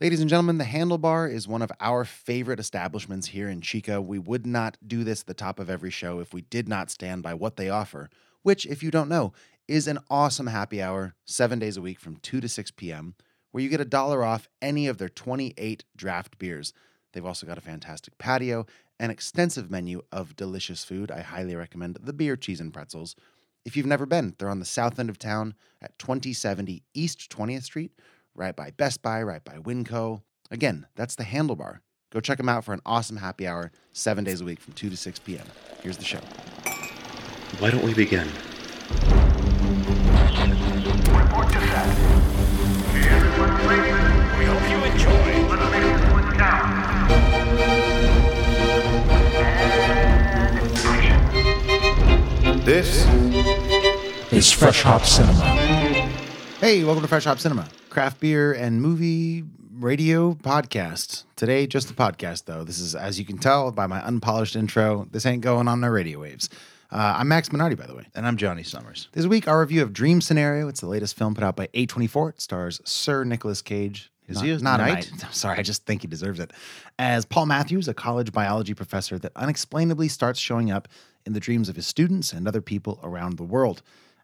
Ladies and gentlemen, the Handlebar is one of our favorite establishments here in Chico. We would not do this at the top of every show if we did not stand by what they offer, which, if you don't know, is an awesome happy hour seven days a week from 2 to 6 p.m., where you get a dollar off any of their 28 draft beers. They've also got a fantastic patio, an extensive menu of delicious food. I highly recommend the beer, cheese, and pretzels. If you've never been, they're on the south end of town at 2070 East 20th Street, right by Best Buy, right by Winco. Again, that's the handlebar. Go check them out for an awesome happy hour, seven days a week from 2 to 6 p.m. Here's the show. Why don't we begin? Report to set. Everyone ready? We hope you enjoy. Let's make this one count. And action. This is Fresh Hop Cinema. Hey, welcome to Fresh Hop Cinema, craft beer and movie radio podcast. Today, just the podcast, though. This is, as you can tell by my unpolished intro, this ain't going on no radio waves. Uh, I'm Max Minardi, by the way. and I'm Johnny Summers. This week, our review of Dream Scenario. It's the latest film put out by A24. It stars Sir Nicholas Cage. Is not, he a not knight? A knight. I'm sorry, I just think he deserves it. As Paul Matthews, a college biology professor that unexplainably starts showing up in the dreams of his students and other people around the world.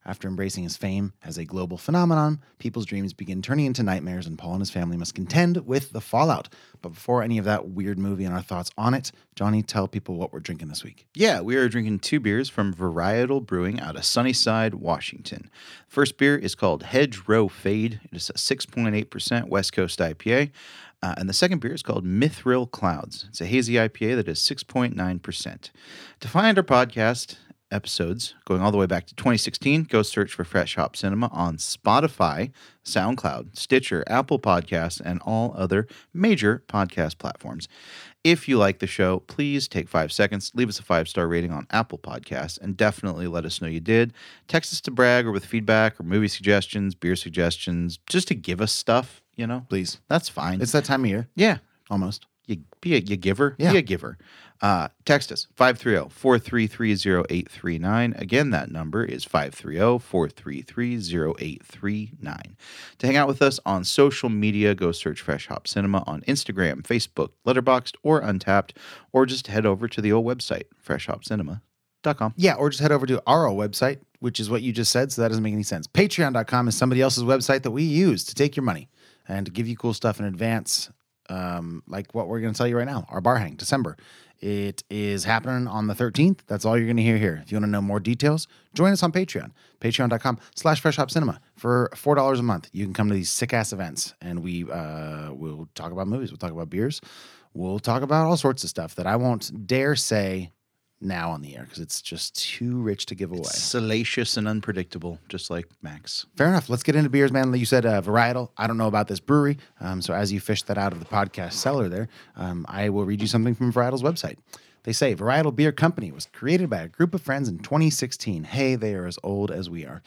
After embracing his fame as a global phenomenon, people's dreams begin turning into nightmares, and Paul and his family must contend with the fallout. But before any of that weird movie and our thoughts on it, Johnny, tell people what we're drinking this week. Yeah, we are drinking two beers from Varietal Brewing out of Sunnyside, Washington. First beer is called Hedge Row Fade. It is a 6.8% West Coast IPA. Uh, and the second beer is called Mithril Clouds. It's a hazy IPA that is 6.9%. To find our podcast episodes going all the way back to 2016, go search for Fresh Hop Cinema on Spotify, SoundCloud, Stitcher, Apple Podcasts, and all other major podcast platforms. If you like the show, please take five seconds, leave us a five star rating on Apple Podcasts, and definitely let us know you did. Text us to brag or with feedback or movie suggestions, beer suggestions, just to give us stuff, you know? Please. That's fine. It's that time of year, yeah almost. you be a you giver Yeah. be a giver uh, text us oh, 530-433-0839 again that number is oh, 530-433-0839 to hang out with us on social media go search fresh hop cinema on instagram facebook letterboxd or untapped or just head over to the old website freshhopcinema.com Yeah, or just head over to our old website, which is what you just said, so that doesn't make any sense. Patreon.com is somebody else's website that we use to take your money and to give you cool stuff in advance, um, like what we're going to tell you right now, our bar hang, December. It is happening on the 13th. That's all you're going to hear here. If you want to know more details, join us on Patreon, patreon.com slash Fresh Hop Cinema. For $4 a month, you can come to these sick-ass events, and we uh, will talk about movies. We'll talk about beers. We'll talk about all sorts of stuff that I won't dare say now on the air because it's just too rich to give away. salacious and unpredictable just like max Fair enough. Let's get into beers, man. You said uh, varietal. I don't know about this brewery. Um, so as you fish that out of the podcast cellar there, um, I will read you something from Varietal's website. They say Varietal Beer Company was created by a group of friends in 2016. Hey, they are as old as we are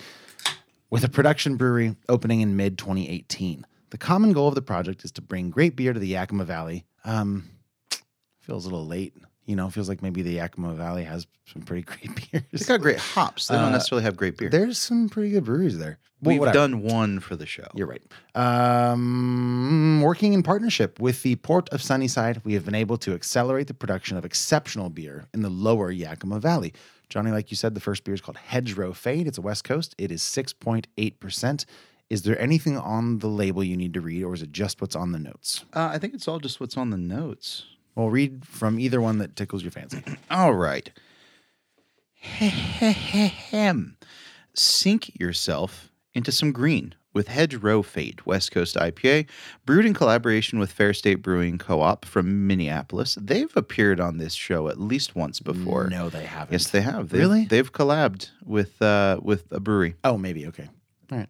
with a production brewery opening in mid 2018. The common goal of the project is to bring great beer to the Yakima Valley. Um, feels a little late, you know. Feels like maybe the Yakima Valley has some pretty great beers. they got great hops they don't necessarily have great beer There's some pretty good breweries there. Well, we've whatever. done one for the show You're right. Um, working in partnership with the Port of Sunnyside, we have been able to accelerate the production of exceptional beer in the lower Yakima Valley. Johnny, like you said, the first beer is called Hedgerow Fade. It's a West Coast. It is 6.8%. Is there anything on the label you need to read, or is it just what's on the notes? uh, i think it's all just what's on the notes Well, read from either one that tickles your fancy. All right. Hem. Sink yourself into some green with Hedgerow Fade West Coast IPA, brewed in collaboration with Fair State Brewing Co-op from Minneapolis. They've appeared on this show at least once before. no, they haven't. Yes, they have. They've, Really? They've collabed with uh, with a brewery. Oh, maybe. Okay. All right.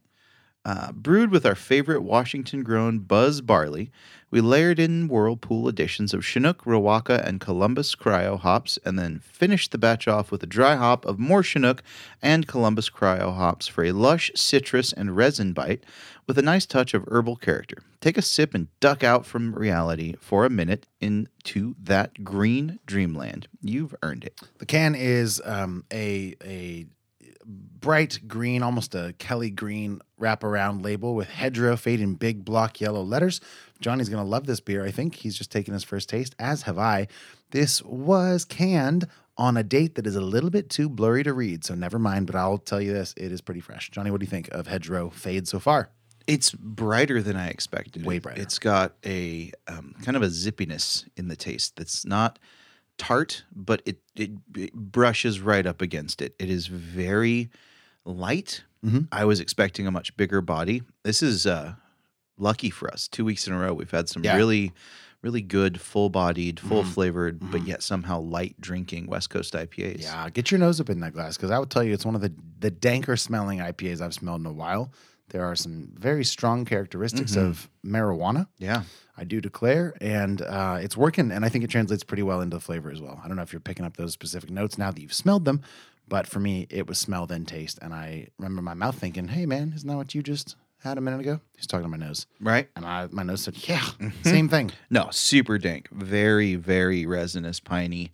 Uh, brewed with our favorite Washington grown Buzz barley, we layered in Whirlpool additions of Chinook, Rawaka, and Columbus Cryo hops, and then finished the batch off with a dry hop of more Chinook and Columbus Cryo hops for a lush citrus and resin bite with a nice touch of herbal character. Take a sip and duck out from reality for a minute into that green dreamland. You've earned it. The can is um, a a bright green, almost a Kelly green wraparound label with hedgerow fade in big block yellow letters. Johnny's going to love this beer. I think he's just taken his first taste, as have I. This was canned on a date that is a little bit too blurry to read, so never mind, but I'll tell you this it is pretty fresh. Johnny, what do you think of hedgerow fade so far? It's brighter than I expected. Way It- brighter. It's got a um, kind of a zippiness in the taste that's not tart, but it, it, it brushes right up against it. It is very light. Mm-hmm. I was expecting a much bigger body. This is uh, lucky for us. Two weeks in a row, we've had some Yeah. Mm-hmm. really, really good, full bodied, full flavored, but yet somehow light drinking West Coast IPAs. Yeah, get your nose up in that glass because I would tell you it's one of the the danker smelling IPAs I've smelled in a while. There are some very strong characteristics of marijuana. Yeah. I do declare, and uh, it's working, and I think it translates pretty well into the flavor as well. I don't know if you're picking up those specific notes now that you've smelled them, but for me, it was smell then taste, and I remember my mouth thinking, "Hey, man, isn't that what you just had a minute ago?" He's talking to my nose, Right? and I, my nose said, "Yeah, same thing." No, super dank. Very, very resinous, piney.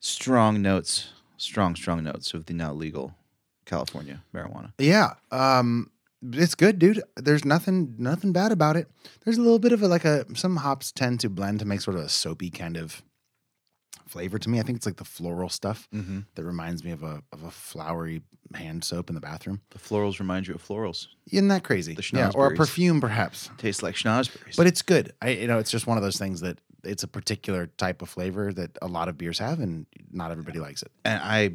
Strong notes, strong, strong notes of the now legal California marijuana. Yeah. Um it's good, dude. There's nothing nothing bad about it. There's a little bit of a, like a some hops tend to blend to make sort of a soapy kind of flavor to me. I think it's like the floral stuff that reminds me of a of a flowery hand soap in the bathroom. The florals remind you of florals. Isn't that crazy? The yeah, or a schnozberries. perfume perhaps. Tastes like schnozberries. But it's good. I you know, it's just one of those things that it's a particular type of flavor that a lot of beers have and not everybody likes it. and I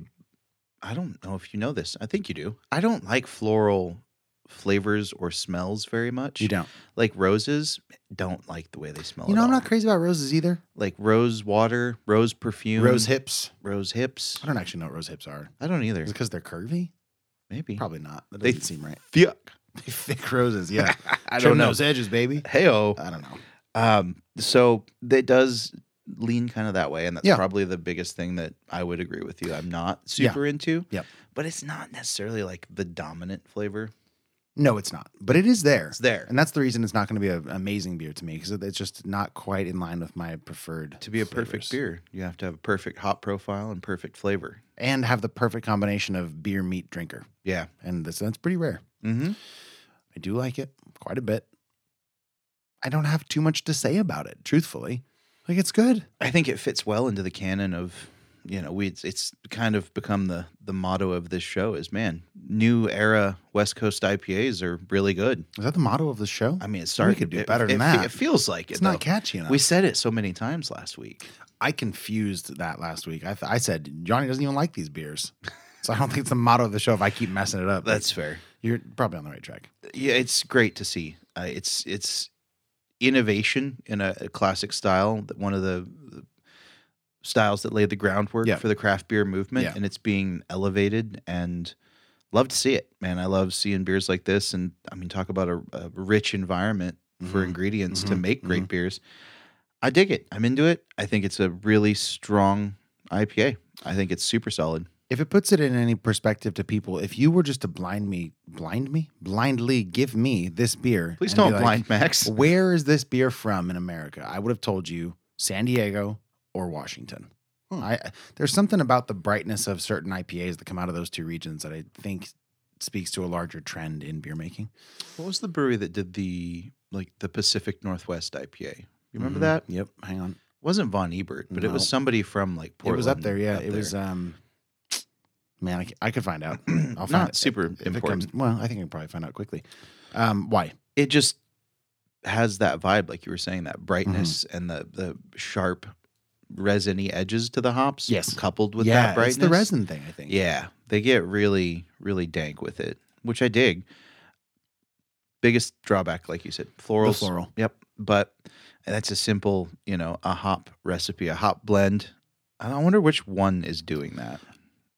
I don't know if you know this. I think you do. I don't like floral flavors or smells very much. You don't. Like roses, don't like the way they smell. You know, at I'm all. not crazy about roses either. like rose water, rose perfume, Rose hips. rose hips. I don't actually know what rose hips are. I don't either. Is it because they're curvy? Maybe. Probably not. That They- doesn't seem right. Fuck. Thick roses, yeah. I Trim don't know. those edges, baby. Heyo. I don't know. Um, so that does lean kind of that way, and that's Yeah. probably the biggest thing that I would agree with you. I'm not super into. Yep. But it's not necessarily like the dominant flavor. No, it's not. But it is there. It's there. And that's the reason it's not going to be an amazing beer to me because it's just not quite in line with my preferred. To be a perfect flavors. beer, you have to have a perfect hop profile and perfect flavor. And have the perfect combination of beer meat drinker. Yeah. And this, that's pretty rare. Mm-hmm. I do like it quite a bit. I don't have too much to say about it, truthfully. Like, it's good. I think it fits well into the canon of you know we it's, it's kind of become the the motto of this show is man new era West Coast IPAs are really good. Is that the motto of the show? I mean, it's starting could do it- better than it- that. It feels like it. It's not though. catchy enough. We said it so many times last week. I confused that last week. I, th- I said Johnny doesn't even like these beers, so I don't think it's the motto of the show. If I keep messing it up, That's fair. you're probably on the right track. Yeah, it's great to see. Uh, it's it's innovation in a, a classic style. that- One of the the styles that laid the groundwork Yeah. for the craft beer movement, Yeah. and it's being elevated. And love to see it, man. I love seeing beers like this, and I mean, talk about a, a rich environment Mm-hmm. for ingredients to make great beers. I dig it. I'm into it. I think it's a really strong IPA. I think it's super solid. If it puts it in any perspective to people, if you were just to blind me, blind me, blindly give me this beer, Please and be don't like, blind Max. Where is this beer from in America? I would have told you San Diego or Washington. Hmm. I, there's something about the brightness of certain IPAs that come out of those two regions that I think speaks to a larger trend in beer making. What was the brewery that did the like the Pacific Northwest IPA? You remember that? It Mm-hmm. Yep. Hang on. wasn't Von Ebert, but it Mm. No. was somebody from like Portland. it was up there, yeah. up it was there. um man, I, c- I could find out. I'll find Not it. super If it comes- important. well, I think I can probably find out quickly. Um why? it just has that vibe, like you were saying, that brightness Mm-hmm. and the the sharp resiny edges to the hops. Yes. coupled with yeah, that brightness, it's the resin thing, I think. Yeah, they get really really dank with it, which I dig. Biggest drawback, like you said, florals. floral. Yep, but that's a simple, you know, a hop recipe, a hop blend. I wonder which one is doing that.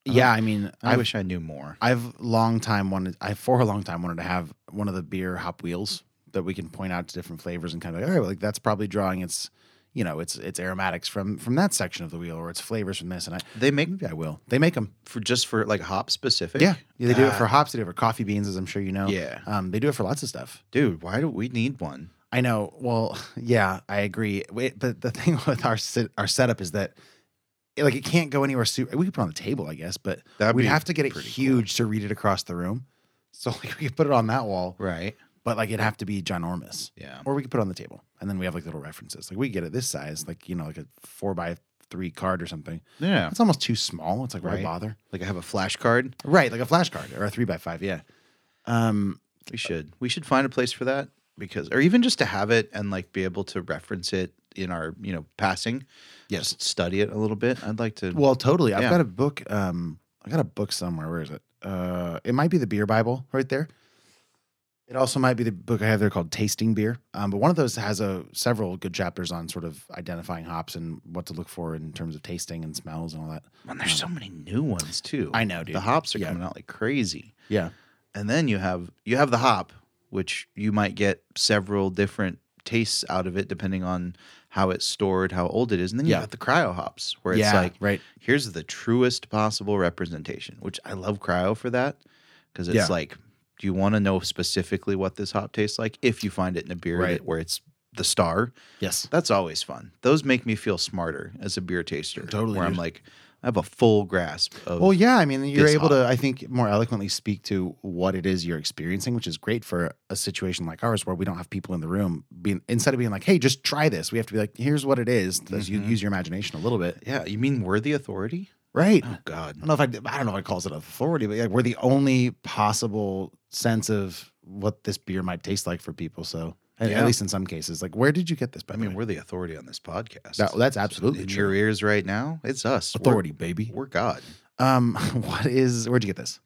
Yeah, I mean, Uh-huh. I I've, wish I knew more. I've long time wanted I for a long time wanted to have one of the beer hop wheels that we can point out to different flavors and kind of like, all right, well, like that's probably drawing its you know, its its aromatics from from that section of the wheel or its flavors from this and I They make maybe I will. They make them. for just for like hop specific. Yeah. yeah they do it for hops, they do it for coffee beans as I'm sure you know. Yeah. Um they do it for lots of stuff. dude. Why do we need one? I know. Well, yeah, I agree. Wait, but the thing with our sit, our setup is that it- like it can't go anywhere. Super, we could put it on the table, I guess, but That'd we'd be have to get it pretty cool. huge to read it across the room. So like we could put it on that wall, Right. but like it'd have to be ginormous. Yeah. Or we could put it on the table, and then we have like little references. Like we could get it this size, like you know, like a four by three card or something. Yeah. It's almost too small. It's like why Right. bother? Like I have a flashcard. Right, like a flashcard or a three by five. Yeah. Um, We should. Uh, We should find a place for that because, or even just to have it and like be able to reference it in our, you know, passing. Yes. Just study it a little bit. I'd like to. Well, totally. I've Yeah. got a book. Um, I got a book somewhere. Where is it? Uh, it might be the Beer Bible right there. It also might be the book I have there called Tasting Beer. Um, but one of those has a several good chapters on sort of identifying hops and what to look for in terms of tasting and smells and all that. and there's so many new ones too. I know, dude. The hops are Yeah. coming out like crazy. Yeah. And then you have you have the hop, which you might get several different tastes out of it depending on how it's stored, how old it is. And then you Yeah. got the cryo hops where Yeah, it's like right. here's the truest possible representation, which I love cryo for that because it's Yeah. like do you want to know specifically what this hop tastes like if you find it in a beer Right. that, where it's the star? Yes. That's always fun. Those make me feel smarter as a beer taster. Totally, Where I'm dude. like, I have a full grasp of. Well, yeah. I mean, you're This able to, I think, more eloquently speak to what it is you're experiencing, which is great for a situation like ours where we don't have people in the room. Being instead of being like, "Hey, just try this," we have to be like, "Here's what it is." Let's Mm-hmm. u- use your imagination a little bit, Yeah, you mean we're the authority? Oh. right? God. I don't know if I, I don't know if it calls it authority, but like we're the only possible sense of what this beer might taste like for people. So at, at Yeah. least in some cases, like where did you get this? By I the mean, way? we're the authority on this podcast. That- that's absolutely in true. your ears right now. It's us. We're- authority, baby. We're, God. Um, what is where'd you get this?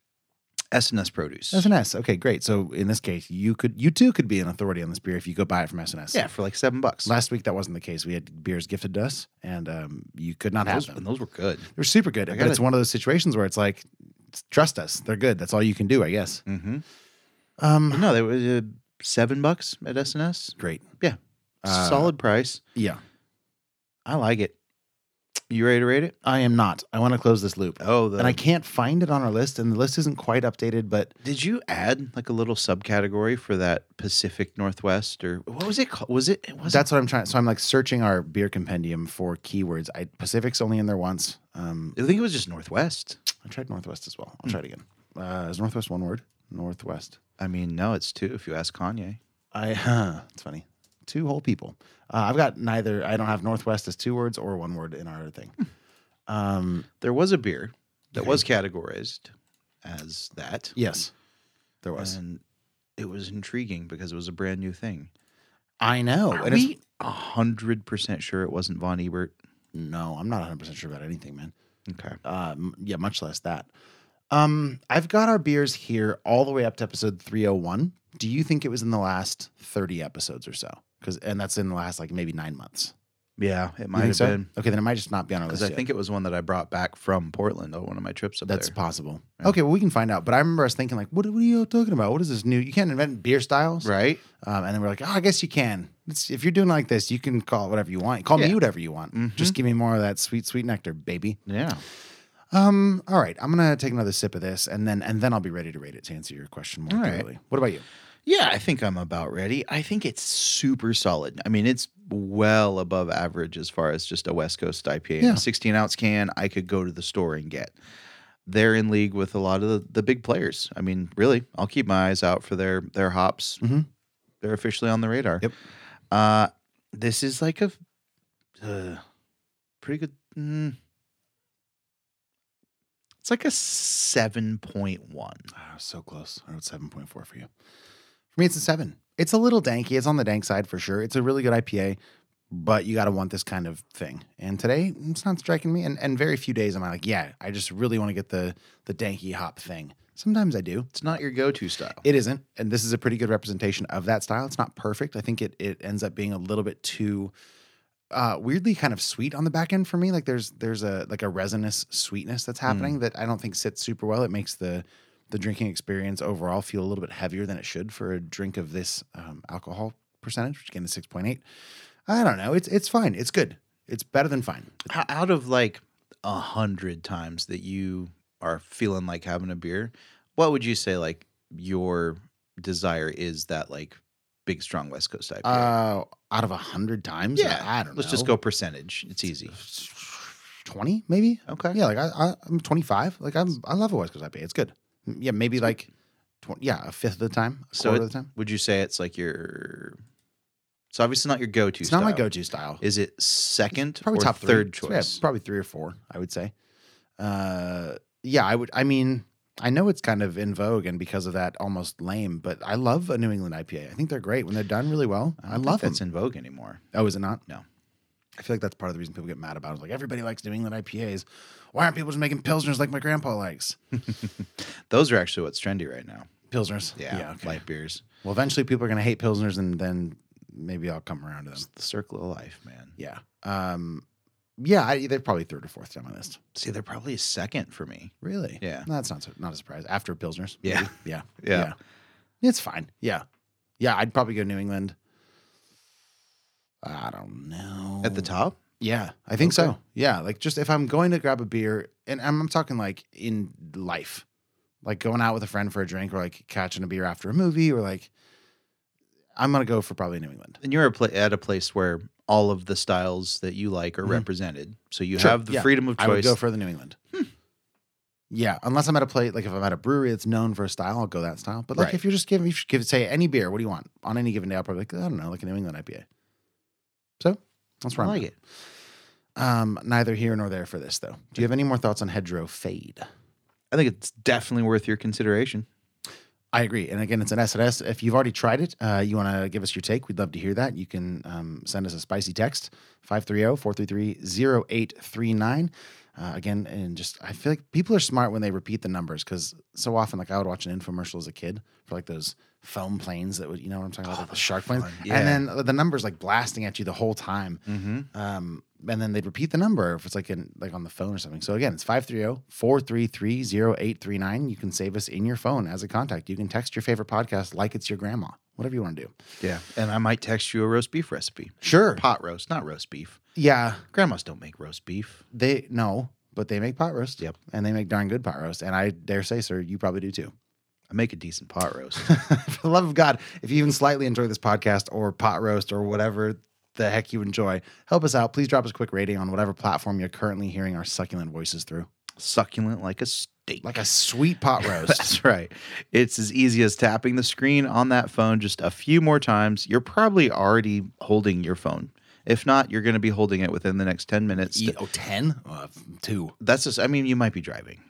S&S Produce. S and S. Okay, great. So in this case, you could you too could be an authority on this beer if you go buy it from S and S. Yeah, for like seven bucks. Last week that wasn't the case. We had beers gifted to us, and um, you could not have those, them. and those were good. They're super good, I but gotta- it's one of those situations where it's like, trust us, they're good. That's all you can do, I guess. Mm-hmm. Um, No, they were uh, seven bucks at S&S. great. Yeah. Uh, Solid price. Yeah, I like it. You ready to rate it? I am not. I want to close this loop. Oh, the, Uh, and I can't find it on our list, and the list isn't quite updated. But Did you add like a little subcategory for that Pacific Northwest or what was it called? Was it? it was that's what I'm trying. So I'm like searching our beer compendium for keywords. I, Pacific's only in there once. Um, I think it was just Northwest. I tried Northwest as well. Hmm. I'll try it again. Uh, is Northwest one word? Northwest. I mean, no, it's two if you ask Kanye. I. Huh, it's funny. Two whole people. Uh, I've got neither. I don't have Northwest as two words or one word in our thing. Hmm. Um, There was a beer that was categorized as that. yes, there was. And it was intriguing because it was a brand new thing. I know. Are Oh, and it's- we a hundred percent sure it wasn't Von Ebert? no, I'm not 100 percent sure about anything, man. Okay. um, yeah, much less that. Um, I've got our beers here all the way up to episode 301. Do you think it was in the last 30 episodes or so? Because and that's in the last like maybe nine months. Yeah, it You might think have so? been. Okay, then it might just not be on our Because list. I yet. think it was one that I brought back from Portland on one of my trips up that's there. possible. Okay, well we can find out. But I remember us thinking like, what, what are you talking about? What is this new? You can't invent beer styles, right? Um, and then we're like, oh, I guess you can. It's, if you're doing like this, you can call it whatever you want. Call me Yeah. Mm-hmm. whatever you want. Just give me more of that sweet, sweet nectar, baby. Yeah. Um. All right. I'm gonna take another sip of this, and then and then I'll be ready to rate it to answer your question more All right. thoroughly. What about you? Yeah, I think I'm about ready. I think it's super solid. I mean, it's well above average as far as just a West Coast IPA. Yeah. A 16 ounce can, I could go to the store and get. They're in league with a lot of the, the big players. I mean, really, I'll keep my eyes out for their their hops. Mhm. They're officially on the radar. Yep. Uh, this is like a uh, pretty good. mm, it's like a seven point one. Oh, so close. I wrote seven point four for you. For me, it's a seven. It's a little danky. It's on the dank side for sure. It's a really good IPA, but you gotta want this kind of thing. And today, it's not striking me. And and very few days am I like, yeah, I just really want to get the the danky hop thing. Sometimes I do. It's not your go to style. It isn't, and this is a pretty good representation of that style. It's not perfect. I think it it ends up being a little bit too uh, weirdly kind of sweet on the back end for me. Like there's there's a like a resinous sweetness that's happening that I don't think sits super well. It makes the the drinking experience overall feel a little bit heavier than it should for a drink of this um, alcohol percentage, which again is six point eight. I don't know. It's it's fine. It's good. It's better than fine. Ho- out of like a hundred times that you are feeling like having a beer, what would you say like your desire is that like big strong West Coast IPA? Uh, out of a hundred times, I Uh, don't let's know. just go percentage. It's easy. twenty, maybe. Okay. Yeah, like I, I I'm twenty five. Like I'm I love a West Coast IPA. It's good. M- Yeah, maybe like, tw- yeah, a fifth of the time, a So quarter it- of the time. would you say it's like your? It's obviously not your go-to. It's not my style. go to style. Is it second probably or top three. third So, choice? Yeah, probably three or four, I would say. Uh, yeah, I would. I mean, I know it's kind of in vogue, and because of that, almost lame. But I love a New England IPA. I think they're great when they're done really well. I, don't love think them. that's in vogue anymore. oh, is it not? No. I feel like that's part of the reason people get mad about it. Like everybody likes New England IPAs. Why aren't people just making pilsners like my grandpa likes? Those are actually what's trendy right now. Pilsners. Yeah, okay. light beers. Well, eventually people are going to hate pilsners, and then maybe I'll come around to them. It's the circle of life, man. Yeah. Um, yeah, I, they're probably third or fourth down my list. See, they're probably a second for me. Really? Yeah. No, that's not so, not a surprise. After Pilsner's. Yeah. maybe. Yeah. Yeah. It's fine. Yeah. Yeah. I'd probably go New England. I don't know. At the top, Yeah. I think Okay. so. Yeah. Like just if I'm going to grab a beer, and I'm, I'm talking like in life, like going out with a friend for a drink or like catching a beer after a movie or like, I'm going to go for probably New England. and you're a pla- at a place where all of the styles that you like are represented. So you Mm-hmm. Sure, have the yeah. freedom of I would choice. go for the New England. Hmm. Yeah, unless I'm at a place like if I'm at a brewery that's known for a style, I'll go that style. But like Right. if you're just giving, if you should give say any beer, what do you want on any given day? I'll probably like I don't know, like a New England IPA. So that's I where I'm like at. it. Um, neither here nor there for this though. Do you have any more thoughts on Hedgerow Fade? I think it's definitely worth your consideration. I agree. And again, it's an S&S. If you've already tried it, uh, you want to give us your take, we'd love to hear that. You can um, send us a spicy text, oh, 530-433-0839. Uh, again, and just, I feel like people are smart when they repeat the numbers because so often, like I would watch an infomercial as a kid for like those foam planes that would, you know what I'm talking about, like the shark planes. Yeah. And then the numbers like blasting at you the whole time. Mm-hmm. Um, and then they'd repeat the number if it's like in like on the phone or something. So again, it's oh, 530-433-0839. You can save us in your phone as a contact. You can text your favorite podcast like it's your grandma, whatever you want to do. Yeah, and I might text you a roast beef recipe. Sure. Pot roast, not roast beef. Yeah. Grandmas don't make roast beef. They no, but they make pot roast. Yep. And they make darn good pot roast. And I dare say, sir, you probably do too. I make a decent pot roast. For the love of God, if you even slightly enjoy this podcast or pot roast or whatever the heck you enjoy, help us out. Please drop us a quick rating on whatever platform you're currently hearing our succulent voices through. Succulent like a steak. Like a sweet pot roast. That's right. It's as easy as tapping the screen on that phone just a few more times. You're probably already holding your phone. If not, you're going to be holding it within the next 10 minutes. E- oh, 10? Uh, two. That's just, I mean, you might be driving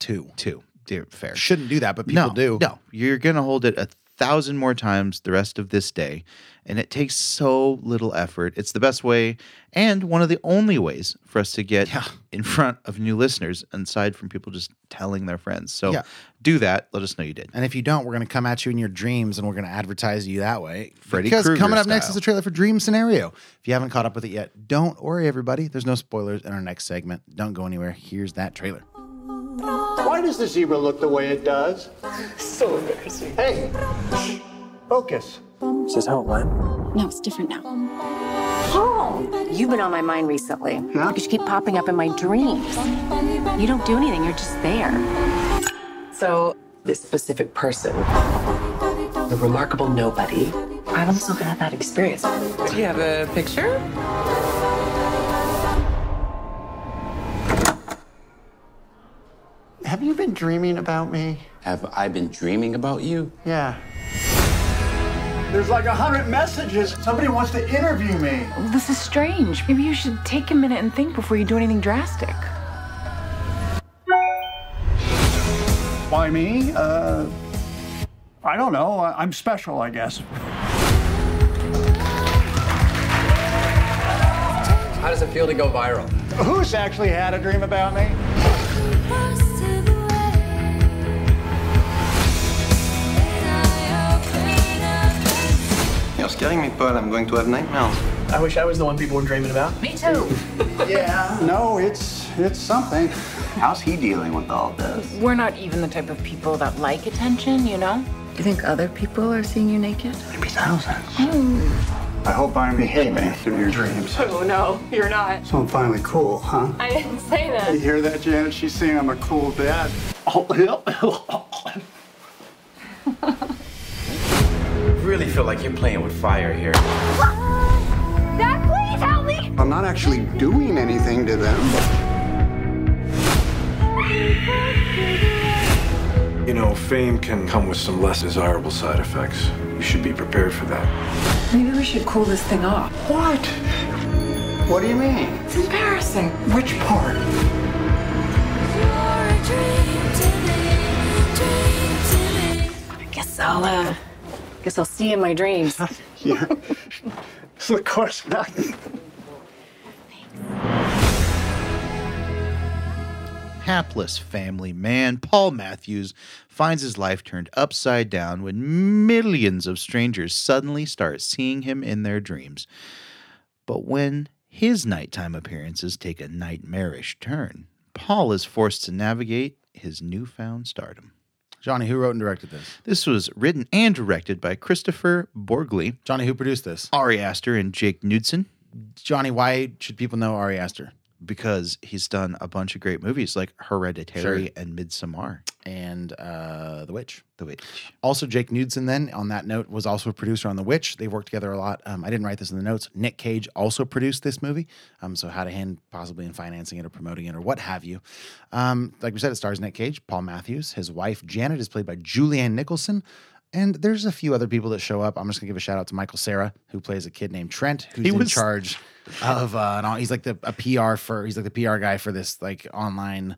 Two. too. Dear, fair. Shouldn't do that, but people no, do. No, you're going to hold it a thousand more times the rest of this day. And it takes so little effort. It's the best way and one of the only ways for us to get Yeah. in front of new listeners, aside from people just telling their friends. So Yeah. do that. Let us know you did. And if you don't, we're going to come at you in your dreams and we're going to advertise you that way. Freddy because Krueger coming up next style. is a trailer for Dream Scenario. If you haven't caught up with it yet, don't worry, everybody. There's no spoilers in our next segment. Don't go anywhere. Here's that trailer. Why does the zebra look the way it does? So embarrassing. Hey, shh, focus. Is this how it went? No, it's different now. You've been on my mind recently. Because you keep popping up in my dreams. You don't do anything, you're just there. So, this specific person, the remarkable nobody, I've also had that experience. Do you have a picture? Have you been dreaming about me? Have I been dreaming about you? Yeah. There's like a hundred messages. Somebody wants to interview me. This is strange. Maybe you should take a minute and think before you do anything drastic. Why me? Uh, I don't know. I- I'm special, I guess. How does it feel to go viral? Who's actually had a dream about me? You're scaring me, Paul. I'm going to have nightmares. I wish I was the one people were dreaming about. Me too. Yeah. No, it's it's something. How's he dealing with all this? We're not even the type of people that like attention, you know? Do you think other people are seeing you naked? Maybe thousands. I hope I'm behaving through your dreams. Oh no, you're not. So I'm finally cool, huh? I didn't say You that. hear that, Janet? She's saying I'm a cool dad. really feel like you're playing with fire here. I'm not actually doing anything to them. You know, fame can come with some less desirable side effects. You should be prepared for that. Maybe we should cool this thing off. What? What do you mean? It's embarrassing. Which part? I guess I'll, uh, guess I'll see you in my dreams. yeah. of course not. hapless family man Paul Matthews finds his life turned upside down when millions of strangers suddenly start seeing him in their dreams. But when his nighttime appearances take a nightmarish turn, Paul is forced to navigate his newfound stardom. Johnny, who wrote and directed this? This was written and directed by Christopher Borgley. Johnny, who produced this? Ari Aster and Jake Knudsen. Johnny, why should people know Ari Aster? Because he's done a bunch of great movies like Hereditary Sure. and Midsommar. And uh, The Witch. The Witch. Also, Jake Knudsen, then, on that note, was also a producer on The Witch. They worked together a lot. Um, I didn't write this in the notes. Nick Cage also produced this movie. Um, so, how to hand possibly in financing it or promoting it or what have you. Um, like we said, it stars Nick Cage, Paul Matthews. His wife, Janet, is played by Julianne Nicholson. And there's a few other people that show up. I'm just going to give a shout out to Michael Sarah, who plays a kid named Trent, who's He in was- charge of, uh, an, he's like the a PR for, he's like the PR guy for this like online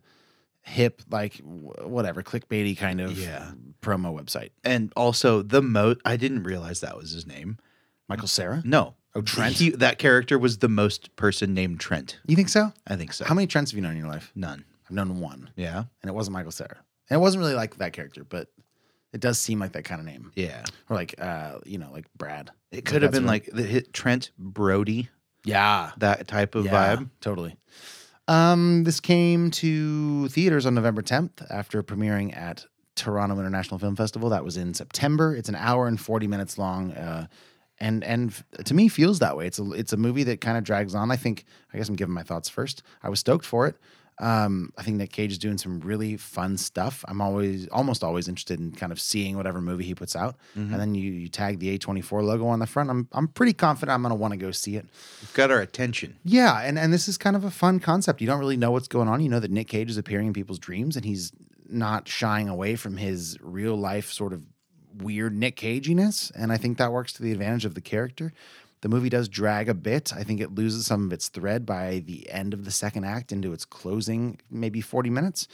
hip, like wh- whatever, clickbaity kind of Yeah. promo website. and also the most I didn't realize that was his name. Michael Sarah? No. Oh, Trent? He, that character was the most person named Trent. You think so? I think so. How many Trents have you known in your life? None. I've known one, Yeah. and it wasn't Michael Sarah. And it wasn't really like that character, but it does seem like that kind of name. Yeah. Or like, uh, you know, like Brad. It could have that's been what- like the hit Trent Brody, Yeah. that type of Yeah, vibe. Totally. Um, this came to theaters on November 10th after premiering at Toronto International Film Festival. That was in September. It's an hour and 40 minutes long. Uh, and and f- to me feels that way. It's a it's a movie that kind of drags on. I think I guess I'm giving my thoughts first. I was stoked for it. Um, I think Nick Cage is doing some really fun stuff. I'm always almost always interested in kind of seeing whatever movie he puts out. And then you you tag the A24 logo on the front. I'm I'm pretty confident I'm gonna want to go see it. You've got our attention. Yeah, and and this is kind of a fun concept. You don't really know what's going on. You know that Nick Cage is appearing in people's dreams, and he's not shying away from his real life sort of weird Nick Cageiness, and I think that works to the advantage of the character. The movie does drag a bit. I think it loses some of its thread by the end of the second act into its closing, maybe forty minutes.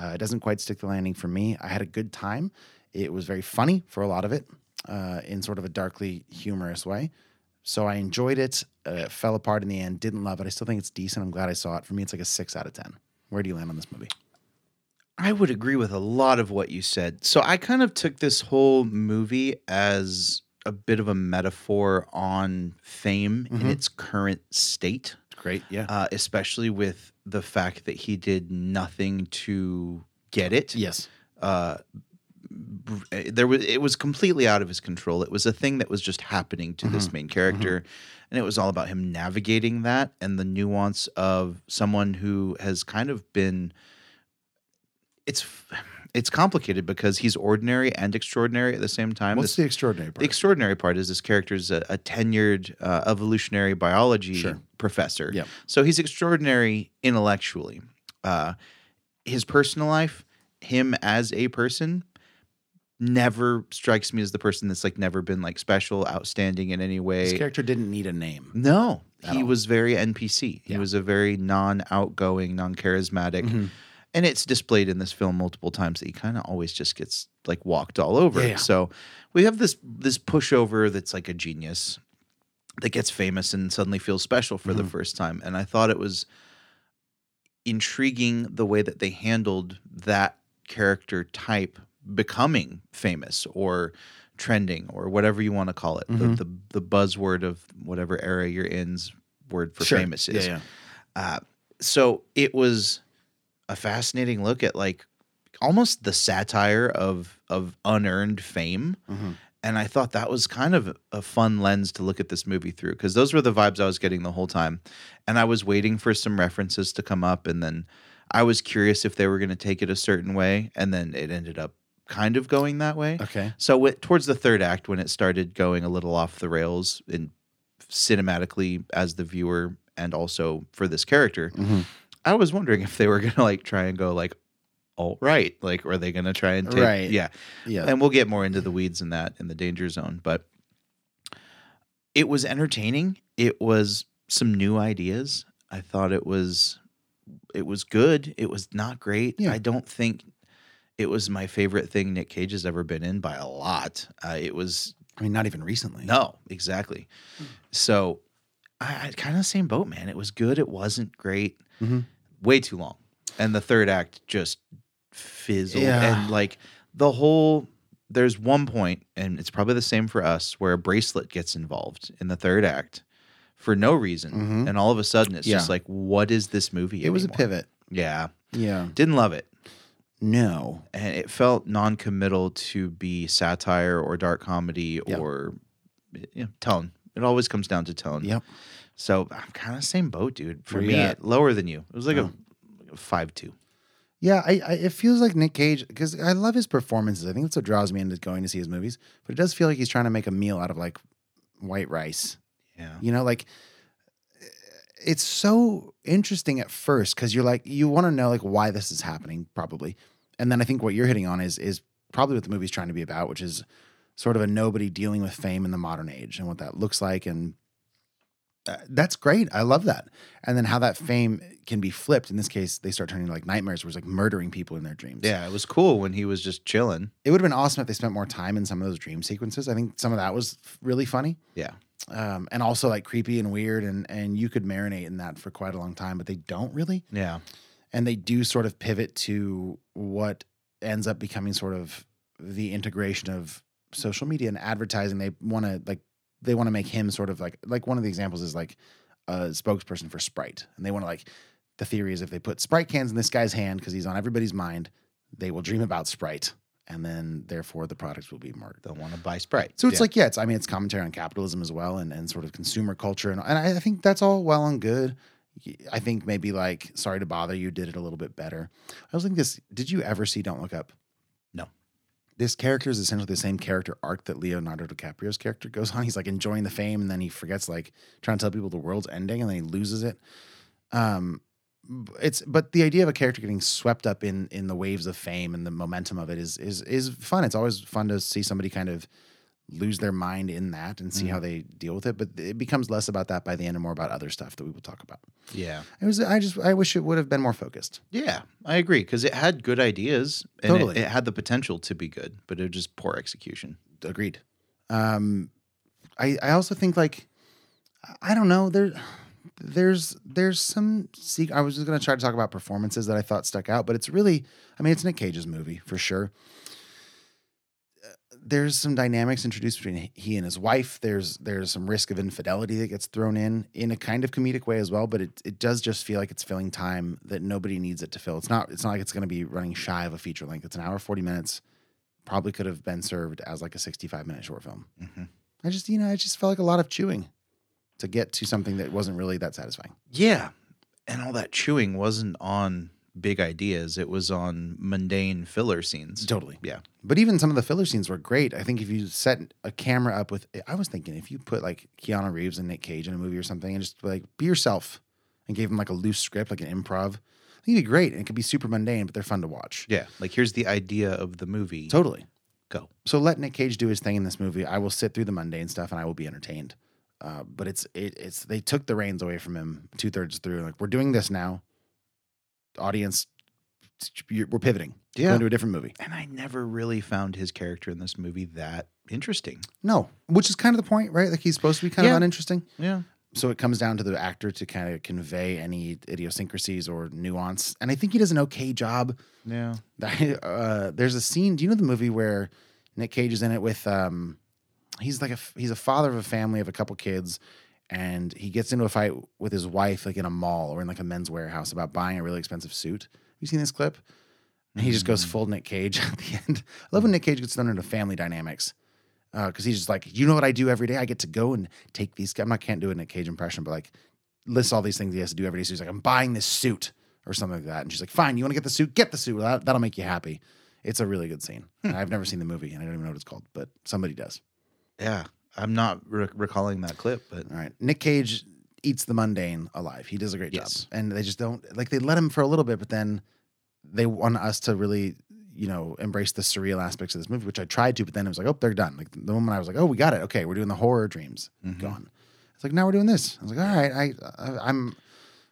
Uh, it doesn't quite stick the landing for me. I had a good time. It was very funny for a lot of it, uh, in sort of a darkly humorous way. So I enjoyed it. Uh, it fell apart in the end. Didn't love it. I still think it's decent. I'm glad I saw it. For me, it's like a six out of ten. Where do you land on this movie? I would agree with a lot of what you said. So I kind of took this whole movie as a bit of a metaphor on fame in Mhm. its current state. Great. Yeah. uh, especially with the fact that he did nothing to get it. yes. Uh, br- eh, there was it was completely out of his control. It was a thing that was just happening to this Mm-hmm. main character, and it was all about him navigating that and the nuance of someone who has kind of been. It's it's complicated because he's ordinary and extraordinary at the same time. What's This- the extraordinary part? the extraordinary part is this character is a, a tenured uh, evolutionary biology Sure. professor. Yep. So he's extraordinary intellectually. Uh, his personal life, him as a person, never strikes me as the person that's like never been like special, outstanding in any way. this character didn't need a name. No, At he all. was very NPC. He Yeah. Mm-hmm. was a very non-outgoing, non-charismatic, and it's displayed in this film multiple times that he kind of always just gets like walked all over. Yeah, yeah. So we have this this pushover that's like a genius that gets famous and suddenly feels special for Mm-hmm. the first time. And I thought it was intriguing the way that they handled that character type becoming famous or trending or whatever you want to call it Mm-hmm. the, the the buzzword of whatever era you're in's word for famous is Yeah, yeah. so it was a fascinating look at like almost the satire of of unearned fame and i thought that was kind of a fun lens to look at this movie through because those were the vibes i was getting the whole time and i was waiting for some references to come up and then i was curious if they were going to take it a certain way and then it ended up kind of going that way Okay. so w- towards the third act, when it started going a little off the rails in cinematically as the Mm-hmm. viewer and also for this character, I was wondering if they were gonna like try and go like alt right? Like, are they going to try and take? Right. Yeah, Yeah. And we'll get more into the weeds in that in the danger zone, but it was entertaining. It was some new ideas. I thought it was it was good. It was not great. Yeah. I don't think it was my favorite thing Nick Cage has ever been in by a lot. Uh, it was I mean, not even recently. no, exactly. So I, I kind of same boat, man. It was good. It wasn't great. Mhm. Way too long. And the third act just fizzled. Yeah. And like the whole, there's one point, and it's probably the same for us, where a bracelet gets involved in the third act for no reason. Mhm. And all of a sudden it's just Yeah. like, what is this movie? It was a anymore? pivot. Yeah. Yeah. Didn't love it No. and it felt non-committal to be satire or dark comedy Yep. or you know, tone. It always comes down to tone. Yep. So I'm kind of same boat, dude. For Where you me, at? Oh. it- lower than you. It was like a five two. Yeah, I, I it feels like Nick Cage because I love his performances. I think that's what draws me into going to see his movies. But it does feel like he's trying to make a meal out of like white rice. Yeah. You know, like it's so interesting at first because you're like you want to know like why this is happening probably, and then I think what you're hitting on is is probably what the movie's trying to be about, which is sort of a nobody dealing with fame in the modern age and what that looks like and uh, that's great. I love that. And then how that fame can be flipped. In this case, they start turning into like nightmares, where it's like murdering people in their dreams. Yeah, it was cool when he was just chilling. It would have been awesome if they spent more time in some of those dream sequences. I think some of that was f- really funny. Yeah. Um, and also like creepy and weird and and you could marinate in that for quite a long time, but they don't really. Yeah. And they do sort of pivot to what ends up becoming sort of the integration of social media and advertising. They want to like they want to make him sort of like like one of the examples is like a spokesperson for Sprite, and they want to like the theory is if they put Sprite cans in this guy's hand because he's on everybody's mind, they will dream about Sprite, and then therefore the products will be marked. Don't want to buy Sprite. So it's Yeah. like, yeah, it's I mean, it's commentary on capitalism as well, and and sort of consumer culture, and and I, I think that's all well and good. I think maybe like Sorry to Bother You did it a little bit better. I was thinking this. Did you ever see Don't Look Up? No. This character is essentially the same character arc that Leonardo DiCaprio's character goes on. He's like enjoying the fame, and then he forgets like trying to tell people the world's ending, and then he loses it. Um, b- it's but the idea of a character getting swept up in in the waves of fame and the momentum of it is is is fun. It's always fun to see somebody kind of lose their mind in that and see Mm. how they deal with it. But it becomes less about that by the end and more about other stuff that we will talk about. yeah. It was I just I wish it would have been more focused. Yeah, I agree because it had good ideas and it- Totally. it, had the potential to be good, but it was just poor execution. Agreed. Um, I I also think like I- I don't know there. There's there's some se- I was just gonna try to talk about performances that I thought stuck out, but it's really I mean it's Nick Cage's movie for sure. there's some dynamics introduced between he and his wife. There's there's some risk of infidelity that gets thrown in in a kind of comedic way as well, but it it does just feel like it's filling time that nobody needs it to fill. It's not it's not like it's going to be running shy of a feature length. It's an hour 40 minutes. Probably could have been served as like a 65 minute short film. Mhm. I just you know, I just felt like a lot of chewing to get to something that wasn't really that satisfying. Yeah, and all that chewing wasn't on big ideas; it was on mundane filler scenes. Totally. Yeah. But even some of the filler scenes were great. I think if you set a camera up with, I was thinking if you put like Keanu Reeves and Nick Cage in a movie or something and just like be yourself and gave them like a loose script, like an improv, I think it'd be great. And it could be super mundane, but they're fun to watch. Yeah, like here's the idea of the movie. Totally. Go. So let Nick Cage do his thing in this movie. I will sit through the mundane stuff and I will be entertained. Uh, but it's it, it's they took the reins away from him two thirds through. Like we're doing this now. Audience, you're- we're pivoting. Yeah. going to a different movie. And I never really found his character in this movie that interesting. No, which is kind of the point, right? Like he's supposed to be kind Yeah. of uninteresting. Yeah. So it comes down to the actor to kind of convey any idiosyncrasies or nuance. And I think he does an okay job. Yeah. Uh, there's a scene. Do you know the movie where Nick Cage is in it with? Um, he's like a f- he's a father of a family of a couple kids, and he gets into a fight with his wife like in a mall or in like a men's warehouse about buying a really expensive suit. Have you seen this clip? And he just goes full Nick Cage at the end. I love when Nick Cage gets thrown into family dynamics because he's just like, you know what I do every day? I get to go and take these. I'm not can't do a Nick Cage impression, but like lists all these things he has to do every day. So he's like, I'm buying this suit or something like that, and she's like, fine, you want to get the suit? Get the suit. That, that'll make you happy. It's a really good scene. And I've never seen the movie, and I don't even know what it's called, but somebody does. Yeah. I'm not re- recalling that clip, but All right, Nick Cage eats the mundane alive. He does a great Yes. job, and they just don't like they let him for a little bit, but then they want us to really, you know, embrace the surreal aspects of this movie, which I tried to, but then it was like, oh, they're done. Like the moment I was like, oh, we got it. Okay, we're doing the horror dreams. Mm-hmm. Gone. It's like now we're doing this. I was like, all right, I, I I'm,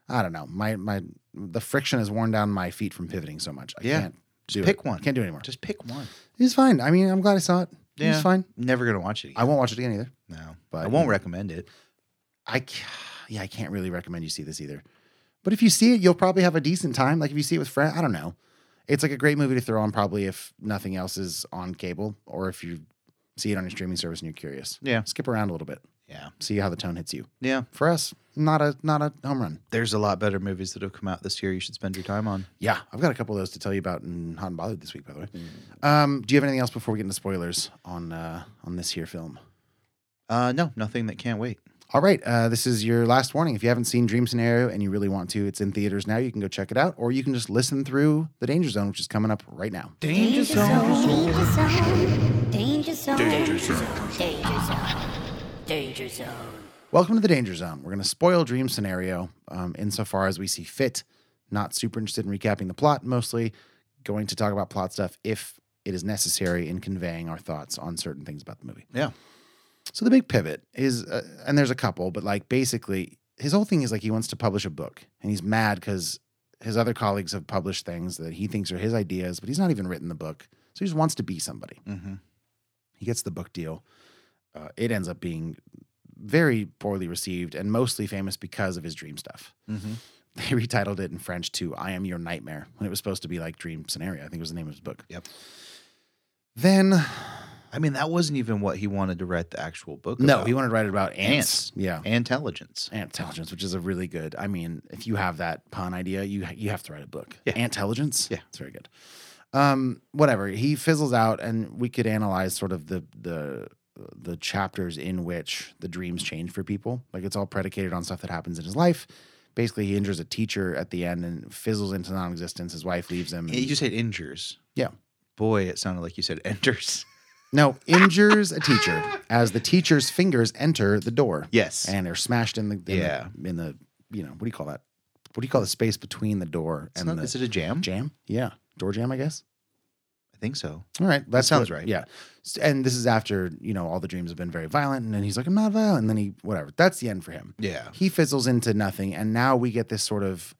I don't know. My my the friction has worn down my feet from pivoting so much. I Yeah. can't Just do pick it. one. Can't do it anymore. Just pick one. It's fine. I mean, I'm glad I saw it. Yeah. It's fine. Never gonna watch it. Again. I won't watch it again either. No, But- I won't recommend it. I ca- yeah, I can't really recommend you see this either. But if you see it, you'll probably have a decent time. Like if you see it with friends, I don't know. It's like a great movie to throw on probably if nothing else is on cable or if you see it on your streaming service and you're curious. Yeah. Skip around a little bit. Yeah. See how the tone hits you. Yeah, For us, not a not a home run. there's a lot better movies that have come out this year. You should spend your time on. Yeah, I've got a couple of those to tell you about in Hot and Bothered this week, by the way. Mm. Um, do you have anything else before we get into spoilers on uh, on this here film? Uh, no, nothing that can't wait. All right, uh, this is your last warning. If you haven't seen Dream Scenario and you really want to, it's in theaters now. You can go check it out, or you can just listen through The Danger Zone, which is coming up right now. Danger Zone. Danger zone. Danger zone. Danger zone. Danger zone. Danger zone. Welcome to The Danger Zone. We're going to spoil Dream Scenario um, insofar as we see fit. Not super interested in recapping the plot, mostly going to talk about plot stuff if it is necessary in conveying our thoughts on certain things about the movie. Yeah. So the big pivot is, uh, and there's a couple, but like basically his whole thing is like he wants to publish a book and he's mad because his other colleagues have published things that he thinks are his ideas, but he's not even written the book. So he just wants to be somebody. Mm-hmm. He gets the book deal. Uh, it ends up being very poorly received and mostly famous because of his dream stuff. Mm-hmm. They retitled it in French to I Am Your Nightmare when it was supposed to be like Dream Scenario. I think was the name of his book. Yep. Then, I mean, that wasn't even what he wanted to write the actual book. no, about. he wanted to write it about uh, ants. Ants. Yeah. intelligence. Ant intelligence, which is a really good. I mean, if you have that pun idea, you you have to write a book. Yeah. Ant intelligence. Yeah. it's very good. Um, whatever. He fizzles out, and we could analyze sort of the the the chapters in which the dreams change for people. Like it's all predicated on stuff that happens in his life. Basically, he injures a teacher at the end and fizzles into non-existence. His wife leaves him. and- You said injures. yeah. Boy, it sounded like you said enters. No, injures a teacher as the teacher's fingers enter the door. Yes. and are smashed in the in, Yeah. the in the you know what do you call that? What do you call the space between the door It's and not- the is it a jam? jam? Yeah, door jam, I guess. I think so. All right, that sounds right. Yeah, S- and this is after you know all the dreams have been very violent, and then he's like, "I'm not violent," and then he whatever. That's the end for him. Yeah. He fizzles into nothing, and now we get this sort of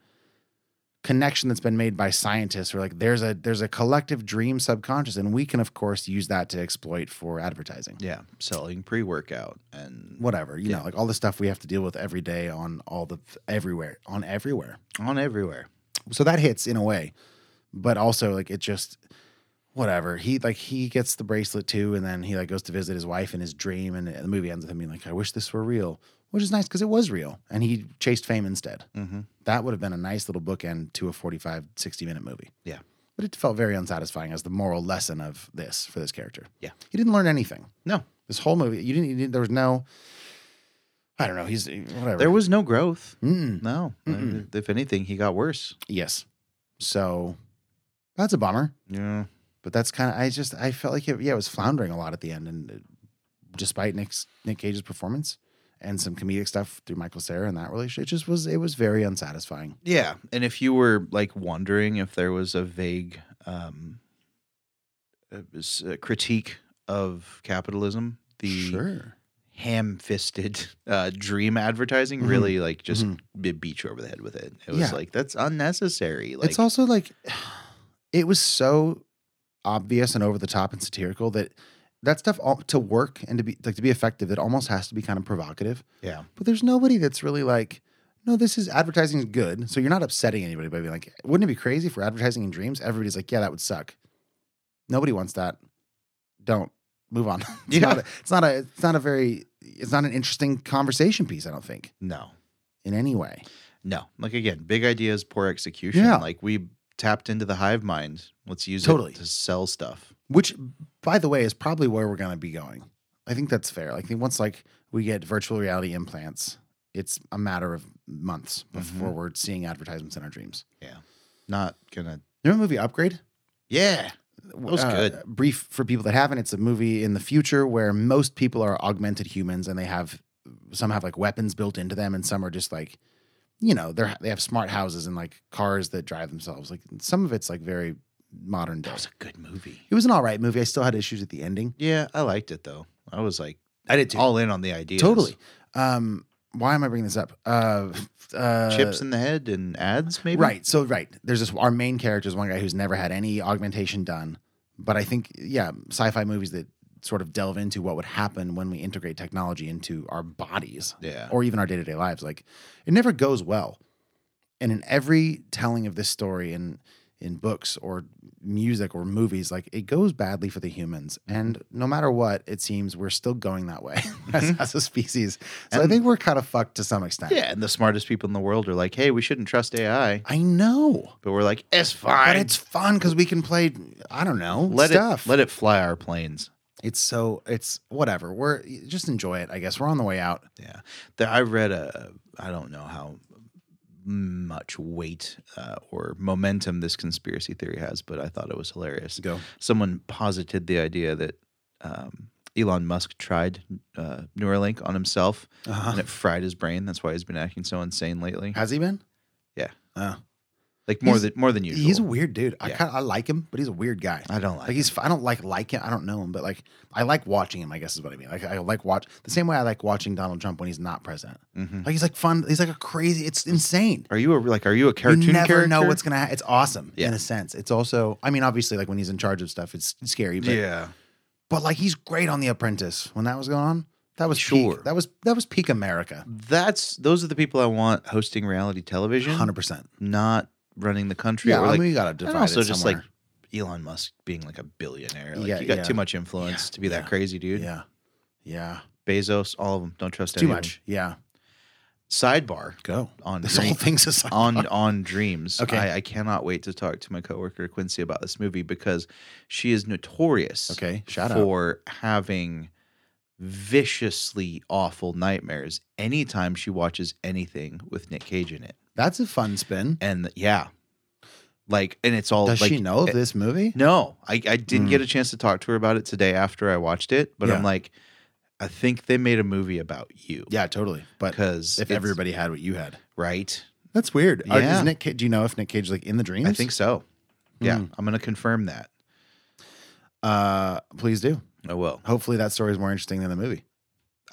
connection that's been made by scientists who are like there's a there's a collective dream subconscious and we can of course use that to exploit for advertising Yeah. Selling pre workout and whatever you Yeah. know like all the stuff we have to deal with every day on all the everywhere on everywhere on everywhere. so that hits in a way but also like it just whatever he like he gets the bracelet too and then he like goes to visit his wife in his dream and the movie ends with him being like i wish this were real which is nice because it was real and he chased fame instead Mm-hmm. that would have been a nice little bookend to a 45 60 minute movie Yeah. but it felt very unsatisfying as the moral lesson of this for this character Yeah. he didn't learn anything No, this whole movie you didn't, you didn't there was no i don't know he's whatever there was no growth. Mm-mm. No. Mm-mm. If anything, he got worse. Yes. So that's a bummer. Yeah. But that's kind of I just I felt like it, yeah it was floundering a lot at the end, and uh, despite Nick's Nick Cage's performance and some comedic stuff through Michael Sarah and that relationship, it just was it was very unsatisfying. Yeah. And if you were like wondering if there was a vague um, uh, s- uh, critique of capitalism, the sure. ham-fisted uh, dream advertising Mhm. really like just Mhm. be- beat you over the head with it. It was Yeah. like that's unnecessary. Like it's also like it was so obvious and over the top and satirical that that stuff all, to work and to be like to be effective, it almost has to be kind of provocative. yeah, But there's nobody that's really like, no, this is advertising is good. So you're not upsetting anybody by being like, wouldn't it be crazy for advertising in dreams? Everybody's like, yeah, that would suck. Nobody wants that. Don't move on. it's, Yeah. not a, it's not a. It's not a very. It's not an interesting conversation piece. I don't think no, in any way. no. Like again, big ideas, poor execution. Yeah. Like we tapped into the hive mind. Let's use Totally. it to sell stuff. Which, by the way, is probably where we're gonna be going. I think that's fair. Like I think once like we get virtual reality implants, it's a matter of months Mm-hmm. before we're seeing advertisements in our dreams. Yeah, not gonna. You remember the movie Upgrade? Yeah, that was uh, good. Brief for people that haven't. It's a movie in the future where most people are augmented humans, and they have some have like weapons built into them, and some are just like you know they're they have smart houses and like cars that drive themselves. Like some of it's like very modern day. That was a good movie. It was an all right movie. I still had issues at the ending. Yeah, I liked it though. I was like, I did too. all in on the idea. Totally. Um, why am I bringing this up? Uh, uh, Chips in the head and ads, maybe. Right. So right, there's this our main character is one guy who's never had any augmentation done, but I think yeah, sci-fi movies that sort of delve into what would happen when we integrate technology into our bodies, Yeah. or even our day-to-day lives. Like it never goes well. And in every telling of this story in in books or music or movies, like it goes badly for the humans. And no matter what, it seems we're still going that way as, as a species. So I And- think we're kind of fucked to some extent. Yeah, and the smartest people in the world are like, "Hey, we shouldn't trust AI," I know. but we're like, "It's fine. But it's fun because we can play. I don't know let stuff. it let it fly our planes." it's so it's whatever. We're just enjoy it. I guess we're on the way out. Yeah, There- I read a I don't know how much weight uh, or momentum this conspiracy theory has, but I thought it was hilarious. Go. Someone posited the idea that um, Elon Musk tried uh, Neuralink on himself, Uh-huh. and it fried his brain. That's why he's been acting so insane lately. Has he been? Yeah, Oh. like more He's- than more than usual. He's a weird dude. I Yeah. kind of I like him, but he's a weird guy. I don't like Like he's I don't like like him. I don't know him, but like I like watching him. I guess is what I mean. Like I like watch the same way I like watching Donald Trump when he's not president. Mm-hmm. Like he's like fun. He's like a crazy. It's insane. Are you a like? Are you a cartoon you never character? know what's gonna. happen. It's awesome Yeah. in a sense. It's also. I mean, obviously, like when he's in charge of stuff, it's scary. But yeah, But like he's great on The Apprentice when that was going on. That was Sure. Peak, that was that was peak America. that's those are the people I want hosting reality television. Hundred percent. not running the country. Yeah, or I like, mean, you gotta and divide also it just somewhere. like Elon Musk being like a billionaire. Like Yeah, you got yeah. too much influence to be that crazy, dude. Yeah, yeah. Bezos, all of them, don't trust Too any of much. Yeah. them. Sidebar Go on This dream- whole thing's aside. on on dreams. Okay. I, I cannot wait to talk to my coworker Quincy about this movie because she is notorious. Okay, shout out. for having viciously awful nightmares anytime she watches anything with Nick Cage in it. That's a fun spin. And yeah, like, and it's all Does like, she know of it- this movie? No, I, I didn't get a chance to talk to her about it today after I watched it, but Mm. Yeah. I'm like, I think they made a movie about you. Yeah, totally. But 'Cause if it's- everybody had what you had, Right? that's weird. Are- Yeah. Is Nick? Cage, do you know if Nick Cage is, like in the dreams? I think so. Yeah. Mm. I'm going to confirm that. Uh, please do. I will. Hopefully, that story is more interesting than the movie.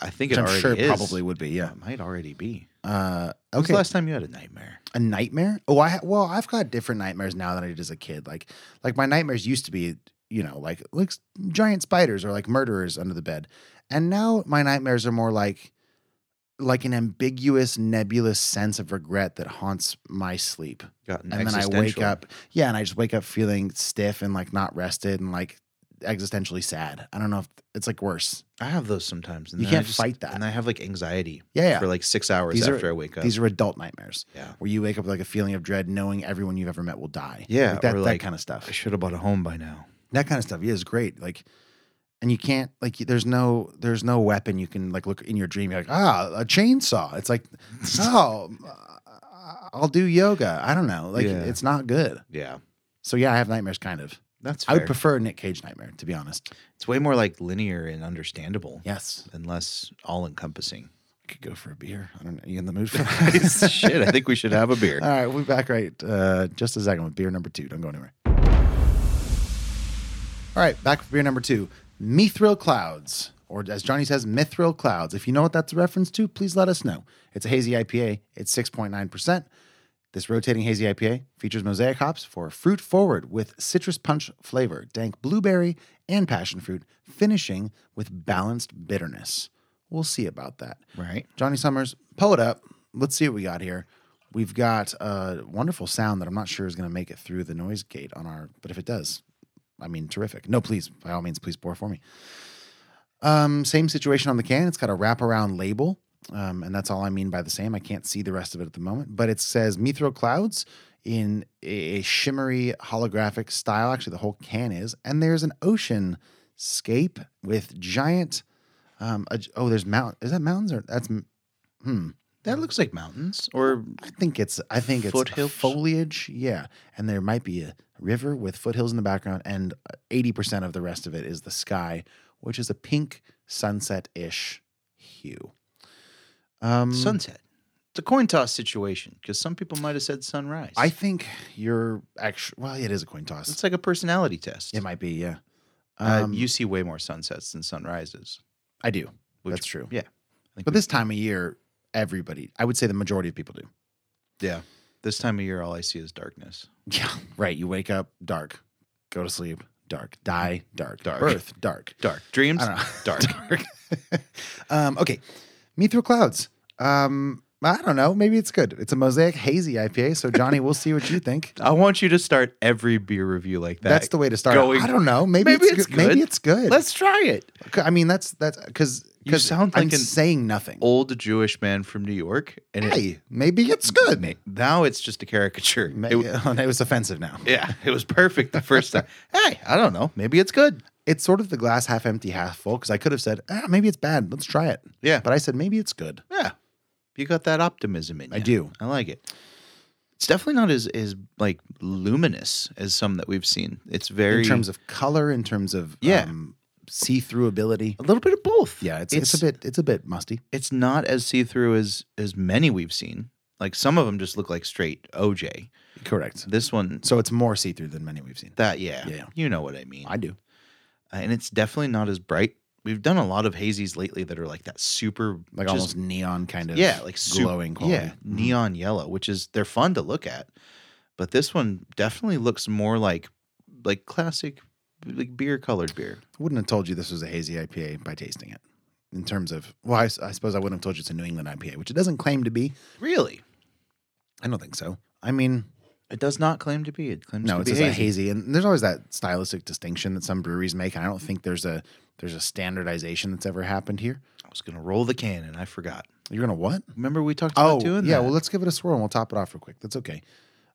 I think Which it I'm already sure it is. probably would be. Yeah. It might already be. Uh, When's okay. the last time you had a nightmare? a nightmare oh i ha- well i've got different nightmares now than i did as a kid like like my nightmares used to be you know like like s- giant spiders or like murderers under the bed and now my nightmares are more like like an ambiguous nebulous sense of regret that haunts my sleep Got an and then i wake Mm, existential- up yeah and i just wake up feeling stiff and like not rested and like existentially sad i don't know if it's like worse I have those sometimes. And You then I can't fight that. And I have like anxiety yeah, yeah. for like six hours These are- after I wake up. these are adult nightmares yeah. where you wake up with like a feeling of dread knowing everyone you've ever met will die Yeah. like that, or, that like, kind of stuff I should have bought a home by now. that kind of stuff yeah, is great like and you can't like y- there's no there's no weapon you can like look in your dream you're like ah a chainsaw it's like oh uh, i'll do yoga i don't know like Yeah. it's not good Yeah. so yeah i have nightmares kind of That's i would fair. prefer a nick cage nightmare to be honest It's way more like linear and understandable yes and less all encompassing. i could go for a beer i don't know you in the mood for that Shit, I think we should have a beer. all right we'll be back right uh just a second with beer number two don't go anywhere All right, back with beer number two, Mithril Clouds, or as Johnny says, Mithril Clouds. If you know what that's a reference to, please let us know. It's a hazy IPA. It's 6.9%. This rotating hazy IPA features mosaic hops for fruit forward with citrus punch flavor, dank blueberry, and passion fruit, finishing with balanced bitterness. We'll see about that. Right. Johnny Summers, pull it up. Let's see what we got here. We've got a wonderful sound that I'm not sure is going to make it through the noise gate on our, but if it does, I mean, terrific. No, please, by all means, please pour for me. Um, same situation on the can. It's got a wraparound label, um, and that's all I mean by the same. I can't see the rest of it at the moment, but it says Mithril Clouds in a a shimmery holographic style. Actually, the whole can is, and there's an ocean scape with giant. Um, a- oh, there's mount. Is that mountains or that's? m- Hmm. That looks like mountains or I think it's I think it's Foothills? foliage, yeah. And there might be a river with foothills in the background, and uh, eighty percent of the rest of it is the sky, which is a pink sunset ish hue. Um, sunset. It's a coin toss situation because some people might have said sunrise. I think you're actually, well, it is a coin toss. It's like a personality test. It might be, yeah. Uh, Um, you see way more sunsets than sunrises. I do. Which- That's true. Yeah. I think But this time of year, everybody, I would say the majority of people do. yeah. This time of year, all I see is darkness. Yeah. Right. You wake up dark, go to sleep dark, die dark, Dark. birth dark. Dark dreams. I don't know. Dark. Um, okay. Me through clouds. Um, I don't know. Maybe it's good. It's a mosaic hazy IPA. So Johnny, we'll see what you think. I want you to start every beer review like that. That's the way to start. Going- I don't know. Maybe, Maybe it's, it's good. Maybe good. it's good. Let's try it. I mean, that's that's because You sound I'm like an saying nothing. Old Jewish man from New York, and it- Hey, maybe it's good. Maybe. now it's just a caricature. It, It- was offensive now. yeah, it was perfect the first time. hey, I don't know. Maybe it's good. It's sort of the glass half empty, half full. Because I could have said, ah, maybe it's bad. Let's try it. Yeah. But I said maybe it's good. Yeah, you got that optimism in you. I do. I like it. It's definitely not as as like luminous as some that we've seen. It's very in terms of color, in terms of Yeah. um, see through ability. a little bit of both. Yeah, it's, it's a bit it's a bit musty. It's not as see through as as many we've seen. Like some of them just look like straight OJ. Correct. This one, So it's more see through than many we've seen. that yeah, Yeah. you know what I mean. I do. and it's definitely not as bright. We've done a lot of hazies lately that are like that super Like just- almost neon kind of yeah, like sup- glowing quality. Mm-hmm. yeah, neon yellow, which is they're fun to look at. But this one definitely looks more like like classic like beer colored beer. Wouldn't have told you this was a hazy IPA by tasting it. In terms of well, I, s- I suppose I wouldn't have told you it's a New England IPA, which it doesn't claim to be. Really? I don't think so. I mean, It does not claim to be. It claims no, to it's be just hazy. a hazy, and there's always that stylistic distinction that some breweries make, and I don't think there's a there's a standardization that's ever happened here. I was gonna roll the can and I forgot. You're gonna what? Remember we talked about Oh, doing yeah. that? Well, let's give it a swirl and we'll top it off real quick. That's okay.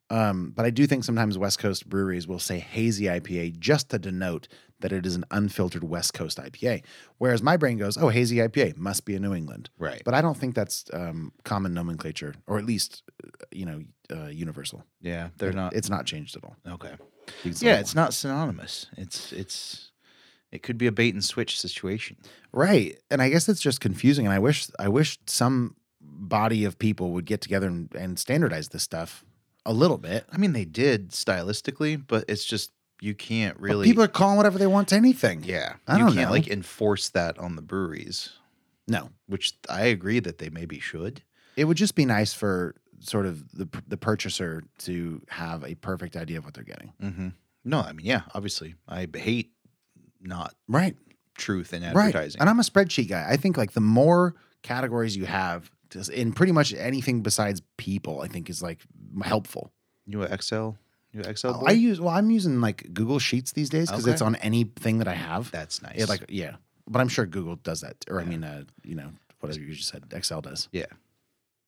Um, but I do think sometimes West Coast breweries will say hazy IPA just to denote that it is an unfiltered West Coast IPA. Whereas my brain goes, oh, hazy IPA must be a New England. Right. But I don't think that's um, common nomenclature or at least, uh, you know, uh, universal. yeah, they're not. It's not changed at all. okay. It's Yeah, all- it's not synonymous. It's it's it could be a bait and switch situation. Right. And I guess it's just confusing. And I wish I wish some body of people would get together and, and standardize this stuff a little bit. I mean, they did stylistically, but it's just you can't But really. people are calling whatever they want to anything. yeah, I you don't can't know. like enforce that on the breweries, No. which I agree that they maybe should. It would just be nice for sort of the the purchaser to have a perfect idea of what they're getting. Mm-hmm. No, I mean, yeah, obviously, I hate not Right. truth in Right. advertising. And I'm a spreadsheet guy. I think like the more categories you have just in pretty much anything besides people, I think is like helpful. you a Excel, you a Excel. Oh, I boy? use well, I'm using like Google Sheets these days because Okay. it's on anything that I have. That's nice. Yeah, like yeah. But I'm sure Google does that, or I mean, uh, you know, whatever you just said, Excel does. yeah,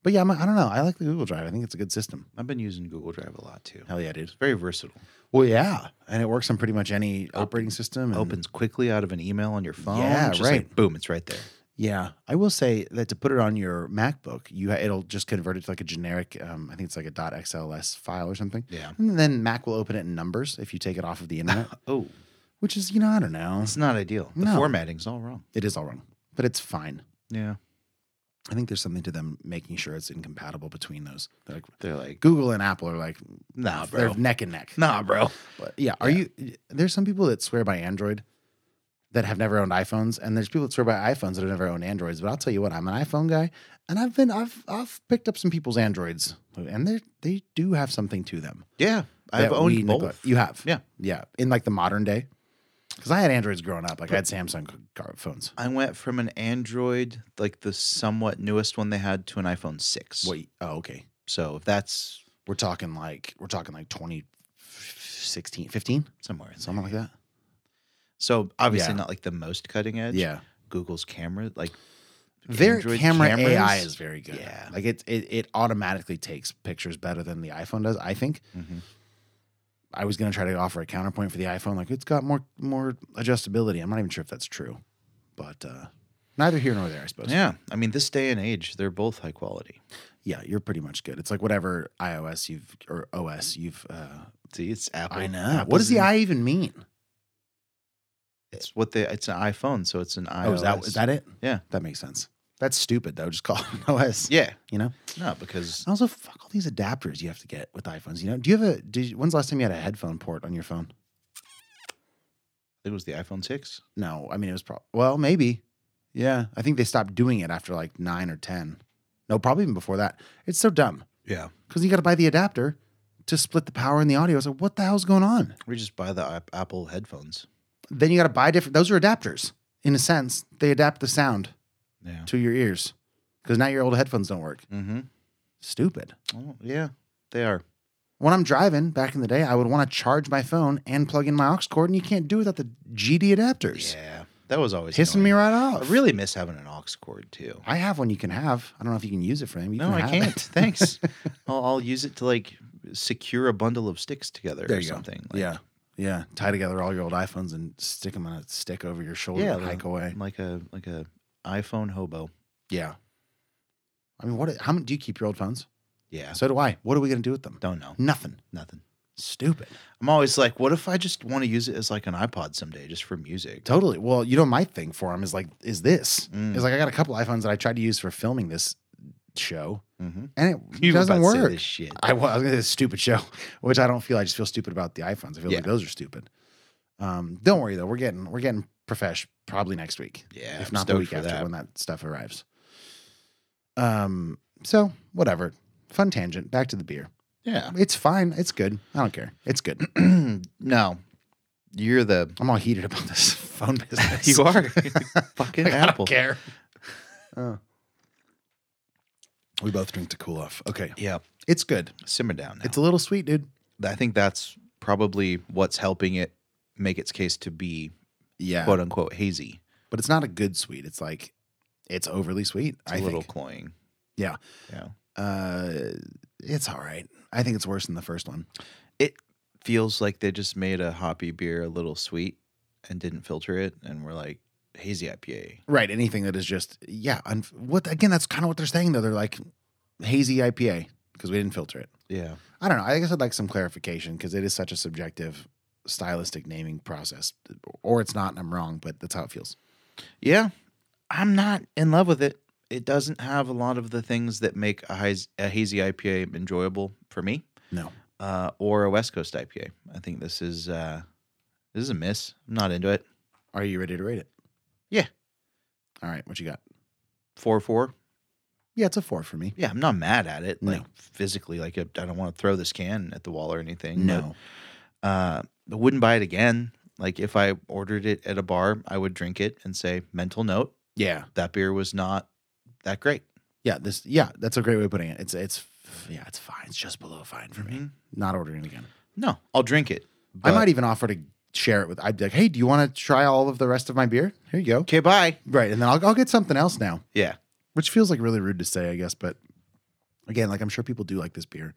But yeah, I'm, I don't know. I like the Google Drive. I think it's a good system. I've been using Google Drive a lot too. Hell yeah, dude. It's very versatile. Well, yeah, and it works on pretty much any operating system. and- Opens quickly out of an email on your phone. Mm-hmm. Yeah, Just like, right. um, oh, uh, uh, Oh, That's stupid though. Just call it OS. Yeah. You know. No, because And also, fuck all these adapters you have to get with iPhones. You know. Do you have a? Did, when's the last time you had a headphone port on your phone? it was the iPhone 6. No, I mean it was probably well, maybe. Yeah, I think they stopped doing it after like nine or ten. No, probably even before that. It's so dumb Yeah. because you got to buy the adapter to split the power and the audio. It's like, what the hell's going on? We just buy the Ap- Apple headphones. Then you got to buy different. Those are adapters in a sense. They adapt the sound Yeah. to your ears because now your old headphones don't work. Mm-hmm. Stupid. Oh, yeah, they are. When I'm driving back in the day, I would want to charge my phone and plug in my aux cord, and you can't do it without the GD adapters. Yeah. That was always Pissing me annoying. right I off. really miss having an aux cord too. I have one you can have. I don't know if you can use it for him. You No, can I have can't. it. Thanks. I'll, I'll use it to like secure a bundle of sticks together There or you go. something. yeah. Yeah. Tie together all your old iPhones and stick them on a stick over your shoulder yeah, and hike away. like a like a iPhone hobo. Yeah. I mean, what? How many do you keep your old phones? Yeah, So do I. What are we going to do with them? don't know Nothing. nothing. Stupid. I'm always like, what if I just want to use it as like an iPod someday, just for music? Totally. Well, you know, my thing for them is like, is this? Mm. It's like I got a couple iPhones that I tried to use for filming this show, Mm-hmm. and it doesn't work. this shit. I was, I was gonna say this stupid show, which I don't feel. I just feel stupid about the iPhones. I feel Yeah. like those are stupid. Um, don't worry though. We're getting we're getting profesh probably next week. Yeah, if I'm not the stoked week for after that. when that stuff arrives. Um. So whatever. Fun tangent. Back to the beer. yeah. It's fine. It's good. I don't care. It's good. no, you're the I'm all heated about this phone business. you are Like, fucking I don't Apple. care. Oh. We both drink to cool off. Okay. Yeah, It's good. simmer down. Now. It's a little sweet, dude. I think that's probably what's helping it make its case to be Yeah. quote unquote hazy. but it's not a good sweet. It's like it's overly sweet. It's I a little think. cloying. Yeah. Yeah. Uh, it's all right. I think it's worse than the first one. It feels like they just made a hoppy beer a little sweet and didn't filter it and we're like hazy IPA. Right. Anything that is just yeah. Un- what again? That's kind of what they're saying though. They're like hazy IPA because we didn't filter it. Yeah. I don't know. I guess I'd like some clarification because it is such a subjective stylistic naming process, or it's not, and I'm wrong. But that's how it feels. Yeah. I'm not in love with it. It doesn't have a lot of the things that make a, haz- a hazy IPA enjoyable for me No. uh, or a West Coast IPA. I think this is uh, this is a miss. I'm not into it. Are you ready to rate it? Yeah. All right. What you got? 4 4. Yeah, it's a four for me. Yeah, I'm not mad at it. No. Like physically, like I I don't want to throw this can at the wall or anything. No. but, uh, I wouldn't buy it again. Like if I ordered it at a bar, I would drink it and say, mental note, Yeah. that beer was not that great. Yeah, this yeah, that's a great way of putting it. It's it's yeah, it's fine. It's just below fine for me. Mhm. Not ordering it again. No, I'll drink it. I might even offer to share it with. I'd be like, hey, do you want to try all of the rest of my beer? Here you go. Okay, bye. Right, and then I'll I'll get something else now, Yeah, which feels like really rude to say, I guess. But again, like I'm sure people do like this beer.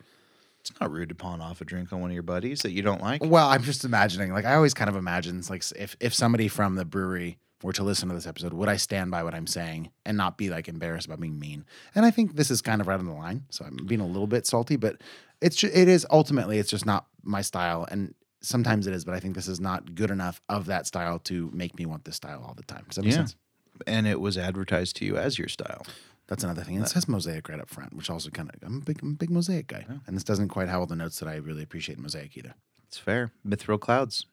it's not rude to pawn off a drink on one of your buddies that you don't like. Well, I'm just imagining. Like I always kind of imagine, it's like if if somebody from the brewery were to listen to this episode, would I stand by what I'm saying and not be like embarrassed about being mean? And I think this is kind of right on the line, so I'm being a little bit salty, but it's ju- it is ultimately it's just not my style, and sometimes it is, but I think this is not good enough of that style to make me want this style all the time. Does that make Yeah. sense? And it was advertised to you as your style. That's another thing. And it says mosaic right up front, which also kind of I'm a big I'm a big mosaic guy, and this doesn't quite have all the notes that I really appreciate in mosaic either. It's fair. Mithril clouds,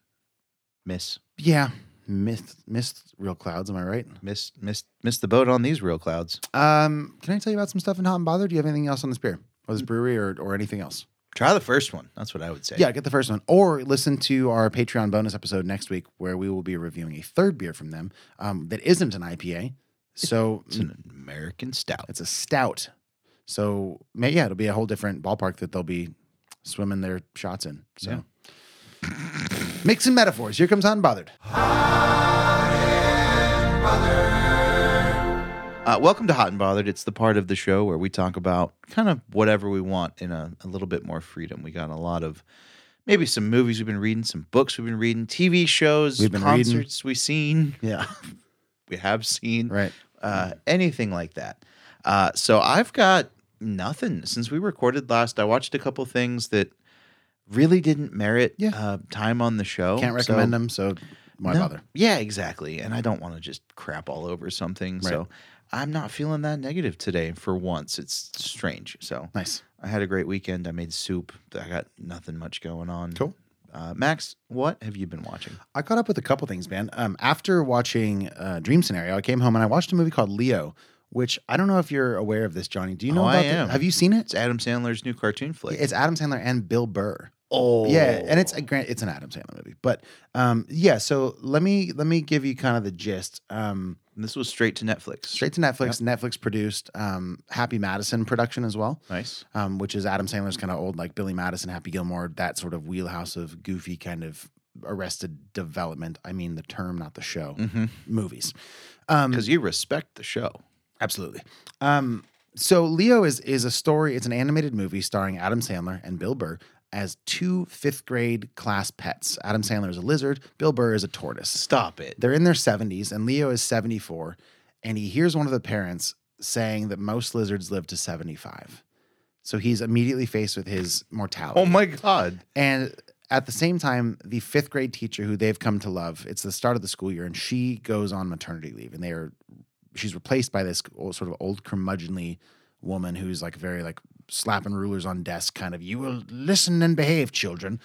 miss, Yeah, myth missed real clouds. Am I right? miss, miss, miss the boat on these real clouds. Um, can I tell you about some stuff in Hot and Bothered? Do you have anything else on this beer or Mm. this brewery or, or anything else? Try the first one. That's what I would say. Yeah, get the first one or listen to our Patreon bonus episode next week where we will be reviewing a third beer from them um, that isn't an IPA. So mm, it's an American stout. it's a stout. So may, yeah, it'll be a whole different ballpark that they'll be swimming their shots in. So mixing metaphors. Here comes Hot and Bothered. Uh, welcome to Hot and Bothered. It's the part of the show where we talk about kind of whatever we want in a, a little bit more freedom. We got a lot of maybe some movies we've been reading, some books we've been reading, TV shows, We've been reading. concerts we've seen, Yeah, we have seen, right. Mm-hmm. uh, anything like that. Uh, so I've got nothing since we recorded last. I watched a couple things that really didn't merit Yeah. uh, time on the show. Can't So- recommend them, so why no. bother? Yeah, exactly. And I don't want to just crap all over something. So I'm not feeling that negative today for once. It's strange. So nice. I had a great weekend. I made soup. I got nothing much going on. Cool. Uh, Max, what have you been watching? I caught up with a couple things, man. Um, after watching uh, Dream Scenario, I came home and I watched a movie called Leo, which I don't know if you're aware of this, Johnny. Do you know Oh, about I this? am. Have you seen it? It's Adam Sandler's new cartoon flick. It's Adam Sandler and Bill Burr. oh Yeah, and it's a grant it's an Adam Sandler movie. But um yeah, so let me let me give you kind of the gist. Um And this was straight to Netflix. straight to Netflix. Netflix produced um Happy Madison production as well. Nice. Um, which is Adam Sandler's kind of old like Billy Madison, Happy Gilmore, that sort of wheelhouse of goofy kind of arrested development. I mean the term, not the show. Movies. Um Because you respect the show. Absolutely. Um, so Leo is is a story. It's an animated movie starring Adam Sandler and Bill Burr as two fifth grade class pets. Adam Sandler is a lizard. Bill Burr is a tortoise. Stop it. They're in their seventies, and Leo is seventy four, and he hears one of the parents saying that most lizards live to seventy five. So he's immediately faced with his mortality. Oh my God. And at the same time, the fifth grade teacher who they've come to love, it's the start of the school year, and she goes on maternity leave, and they are she's replaced by this old, sort of old curmudgeonly woman who's like very like slapping rulers on desk kind of you will listen and behave, children.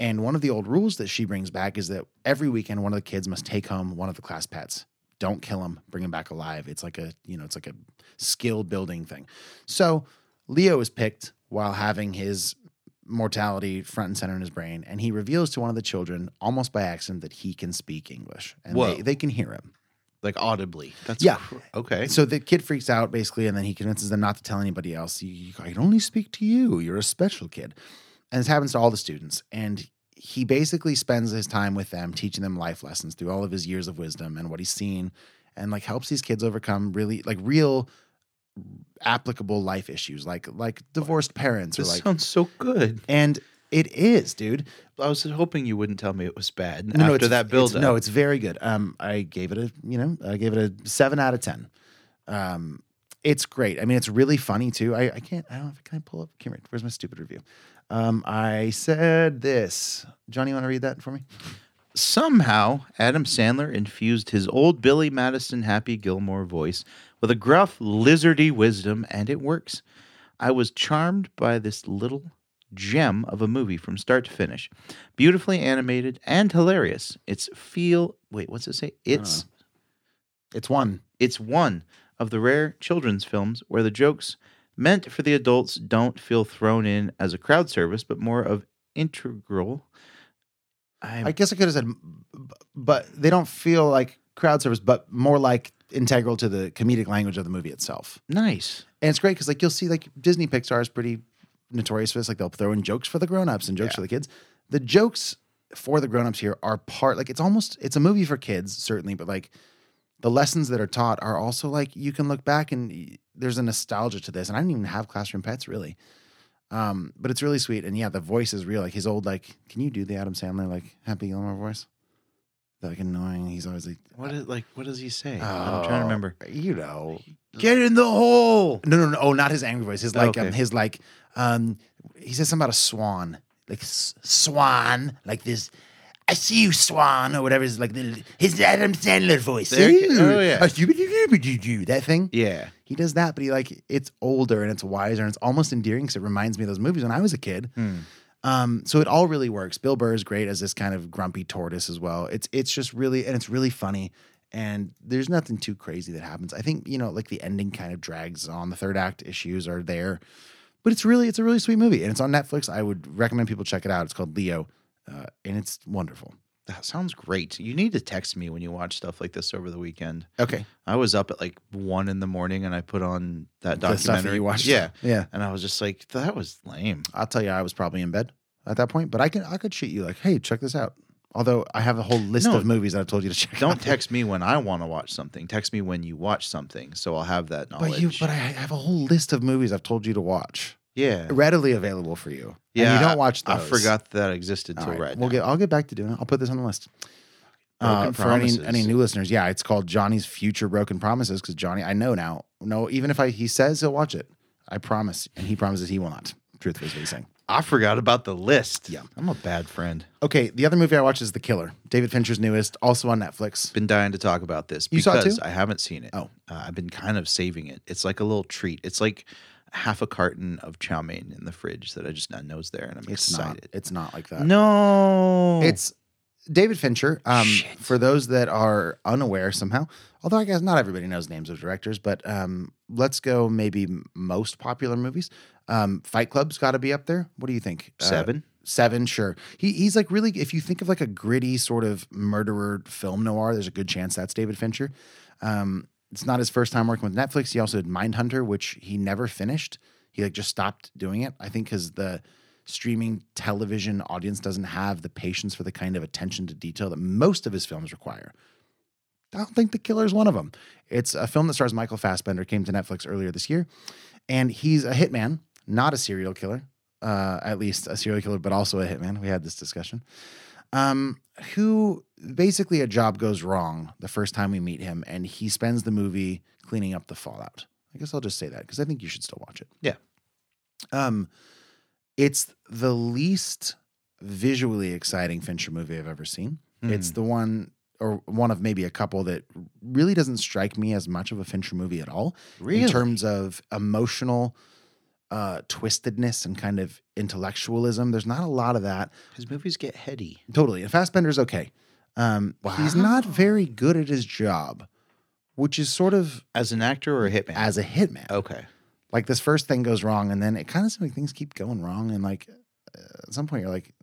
And one of the old rules that she brings back is that every weekend one of the kids must take home one of the class pets. Don't kill them, bring them back alive. It's like a, you know, it's like a skill building thing. So Leo is picked while having his mortality front and center in his brain, and he reveals to one of the children, almost by accident, that he can speak English and Whoa. they, they can hear him. Like audibly. That's Yeah. cr- okay. So the kid freaks out basically, and then he convinces them not to tell anybody else. You, you- I can only speak to you. You're a special kid. And this happens to all the students. And he basically spends his time with them, teaching them life lessons through all of his years of wisdom and what he's seen, and like helps these kids overcome really like real applicable life issues, like like divorced parents this or like sounds so good. and it is, dude. I was hoping you wouldn't tell me it was bad No, no, after it's- that build it's- No, it's very good. Um, I gave it a you know I gave it a seven out of ten. Um, it's great. I mean, it's really funny too. I, I can't. I don't. know if- Can I pull up? Come here. Where's my stupid review? Um, I said this. Johnny, you want to read that for me? Somehow, Adam Sandler infused his old Billy Madison Happy Gilmore voice with a gruff, lizardy wisdom, and it works. I was charmed by this little gem of a movie from start to finish. Beautifully animated and hilarious. It's feel wait, what's it say? It's It's one. it's one of the rare children's films where the jokes meant for the adults don't feel thrown in as a crowd service, but more of integral. I guess I could have said, b- but they don't feel like crowd service, but more like integral to the comedic language of the movie itself. nice. And it's great because like you'll see like Disney Pixar is pretty notorious for this. Like they'll throw in jokes for the grown-ups and jokes for the kids. The jokes for the grown-ups here are part like it's almost it's a movie for kids, certainly, but like the lessons that are taught are also like you can look back and y- there's a nostalgia to this. And I didn't even have classroom pets really. Um, but it's really sweet. And yeah, the voice is real. Like his old, like, can you do the Adam Sandler like Happy Gilmore voice? The, like annoying. He's always like, What is like what does he say? Oh, I'm trying to remember. Oh, you know, Get in the hole. No, no, no. Oh, not his angry voice. His like, um, Okay. his like, um, he says something about a swan, like s- swan, like this. I see you, swan, or whatever. Is like the, his Adam Sandler voice. There you go. Oh, Ooh, yeah. a shoo-ba-doo-doo-ba-doo-doo, That thing. Yeah. He does that, but he like it's older and it's wiser and it's almost endearing because it reminds me of those movies when I was a kid. Hmm. Um, so it all really works. Bill Burr is great as this kind of grumpy tortoise as well. It's it's just really and it's really funny. And there's nothing too crazy that happens. I think you know, like the ending kind of drags on. The third act issues are there, but it's really it's a really sweet movie and it's on Netflix. I would recommend people check it out. It's called Leo, uh, and it's wonderful. That sounds great. You need to text me when you watch stuff like this over the weekend. Okay, I was up at like one in the morning and I put on that The stuff that documentary. you watched? Yeah. Yeah. And I was just like, that was lame. I'll tell you, I was probably in bed at that point, but I can I could shoot you like, hey, check this out. Although I have a whole list No. of movies that I've told you to check. Don't out. text me when I want to watch something. Text me when you watch something, so I'll have that knowledge. But you, but I have a whole list of movies I've told you to watch, yeah, readily available for you. yeah. and you don't watch I- those. I forgot that existed All till right, right, we'll now. get. I'll get back to doing it. I'll put this on the list. Broken Uh, for any, Promises. any new listeners, yeah, it's called Johnny's Future Broken Promises because Johnny, I know now, no, even if I he says he'll watch it, I promise, and he promises he will not. Truthfully, is what he's saying. I forgot about the list. Yeah. I'm a bad friend. Okay, the other movie I watched is The Killer, David Fincher's newest, also on Netflix. Been dying to talk about this You because saw it too? I haven't seen it. Oh, uh, I've been kind of saving it. It's like a little treat. It's like half a carton of chow mein in the fridge that I just I know is there, and I'm It's not. excited. It's not like that. No, it's David Fincher. Um, for those that are unaware somehow, although I guess not everybody knows names of directors, but um, let's go maybe m- most popular movies. Um, Fight Club's got to be up there. What do you think? Uh, Seven? seven, sure. He he's like really. If you think of like a gritty sort of murderer film noir, there's a good chance that's David Fincher. Um, it's not his first time working with Netflix. He also did Mindhunter, which he never finished. He like just stopped doing it. I think because the streaming television audience doesn't have the patience for the kind of attention to detail that most of his films require. I don't think The Killer is one of them. It's a film that stars Michael Fassbender, came to Netflix earlier this year, and he's a hitman, not a serial killer. Uh, at least a serial killer, but also a hitman. We had this discussion. Um, who basically a job goes wrong the first time we meet him, and he spends the movie cleaning up the fallout. I guess I'll just say that because I think you should still watch it. Yeah. Um, it's the least visually exciting Fincher movie I've ever seen. It's the one or one of maybe a couple that really doesn't strike me as much of a Fincher movie at all. Really? In terms of emotional uh twistedness and kind of intellectualism. There's not a lot of that. His movies get heady. Totally. And Fassbender's okay. Um he's not very good at his job, which is sort of As an actor or a hitman? as a hitman okay. like this first thing goes wrong and then it kind of seems like things keep going wrong and like uh, at some point you're like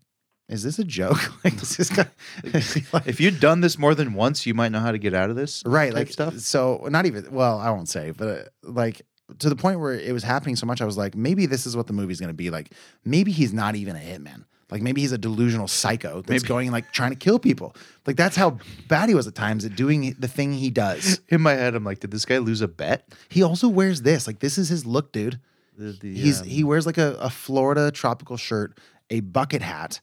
is this a joke like this is kind If you'd done this more than once, you might know how to get out of this. right type like stuff. so not even well i won't say but uh, like to the point where it was happening so much i was like maybe this is what the movie's going to be like maybe he's not even a hitman like maybe he's a delusional psycho that's Maybe. going and like trying to kill people like that's how bad he was at times at doing the thing he does In my head, I'm like, did this guy lose a bet? he also wears this like this is his look dude The, the, He's um, he wears like a, a Florida tropical shirt, a bucket hat,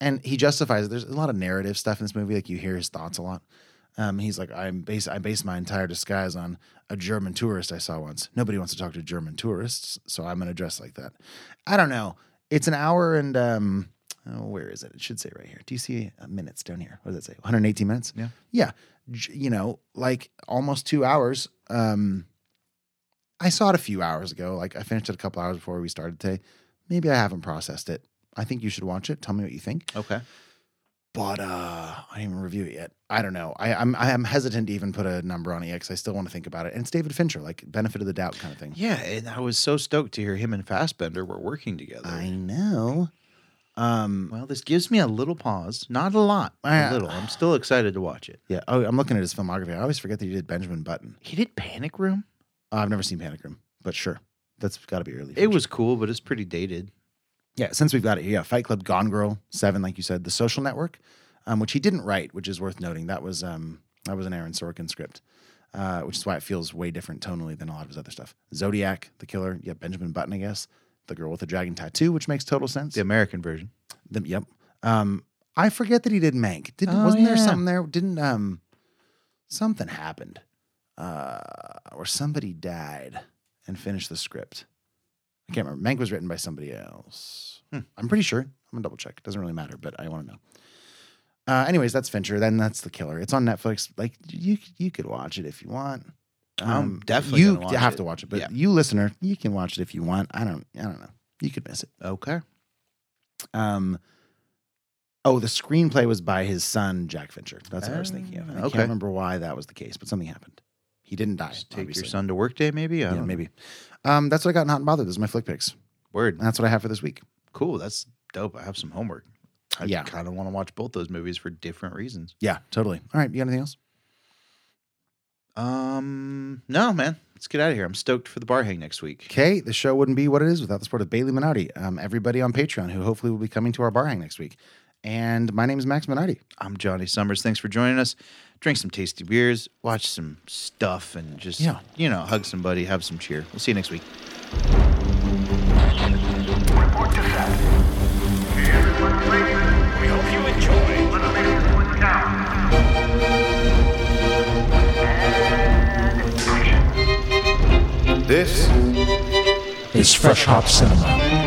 and he justifies it. There's a lot of narrative stuff in this movie. Like you hear his thoughts a lot. Um, he's like, I'm base I base my entire disguise on a German tourist I saw once. Nobody wants to talk to German tourists, so I'm gonna dress like that. I don't know. It's an hour and um, oh, where is it? It should say right here. Do you see uh, minutes down here? What does it say? 118 minutes. Yeah. Yeah. J- you know, like almost two hours. Um, I saw it a few hours ago. Like I finished it a couple hours before we started today. Maybe I haven't processed it. I think you should watch it. Tell me what you think. okay. But uh, I didn't even review it yet. I don't know. I, I'm I'm hesitant to even put a number on it because I still want to think about it. And it's David Fincher, like benefit of the doubt kind of thing. Yeah, and I was so stoked to hear him and Fassbender were working together. I know. Um, Well, this gives me a little pause. Not a lot. I- a little. I'm still excited to watch it. yeah. Oh, I'm looking at his filmography. I always forget that he did Benjamin Button. He did Panic Room. Uh, I've never seen Panic Room, but sure, that's got to be early. It was cool, but it's pretty dated. Yeah, since we've got it, yeah, Fight Club, Gone Girl, Seven, like you said, The Social Network, um, which he didn't write, which is worth noting. That was um, that was an Aaron Sorkin script, uh, which is why it feels way different tonally than a lot of his other stuff. Zodiac, The Killer, yeah, Benjamin Button, I guess, The Girl with the Dragon Tattoo, which makes total sense. The American version. The- yep. Um, I forget that he did Mank. Didn't Oh, wasn't there yeah. something there? Didn't um, something happened, uh, or somebody died and finished the script. I can't remember. Mank was written by somebody else. Hmm. I'm pretty sure. I'm gonna double check. Doesn't really matter, but I want to know. Uh, anyways, that's Fincher. Then that's The Killer. It's on Netflix. Like you, you could watch it if you want. I'm definitely Um, you gonna watch have it. to watch it, but Yeah. you listener, you can watch it if you want. I don't. I don't know. You could miss it. Okay. Um, oh, the screenplay was by his son, Jack Fincher. That's what I was thinking of. And I Ah, okay. can't remember why that was the case, but something happened. He didn't die. Just take obviously. your son to work day, maybe? I Yeah, don't know. maybe. Um, that's what I got in Hot and Bothered. Those are my flick picks. Word. And that's what I have for this week. Cool. That's dope. I have some homework. I Yeah. kind of want to watch both those movies for different reasons. Yeah, totally. All right. You got anything else? Um, no, man. Let's get out of here. I'm stoked for the bar hang next week. Okay, the show wouldn't be what it is without the support of Bailey Minotti, um, everybody on Patreon, who hopefully will be coming to our bar hang next week. And my name is Max Minotti. I'm Johnny Summers. Thanks for joining us. Drink some tasty beers, watch some stuff, and just, Yeah. you know, hug somebody, have some cheer. We'll see you next week. Report to set. Everyone ready? We hope you enjoy. Automated one down. And action. This is Fresh Hop Cinema.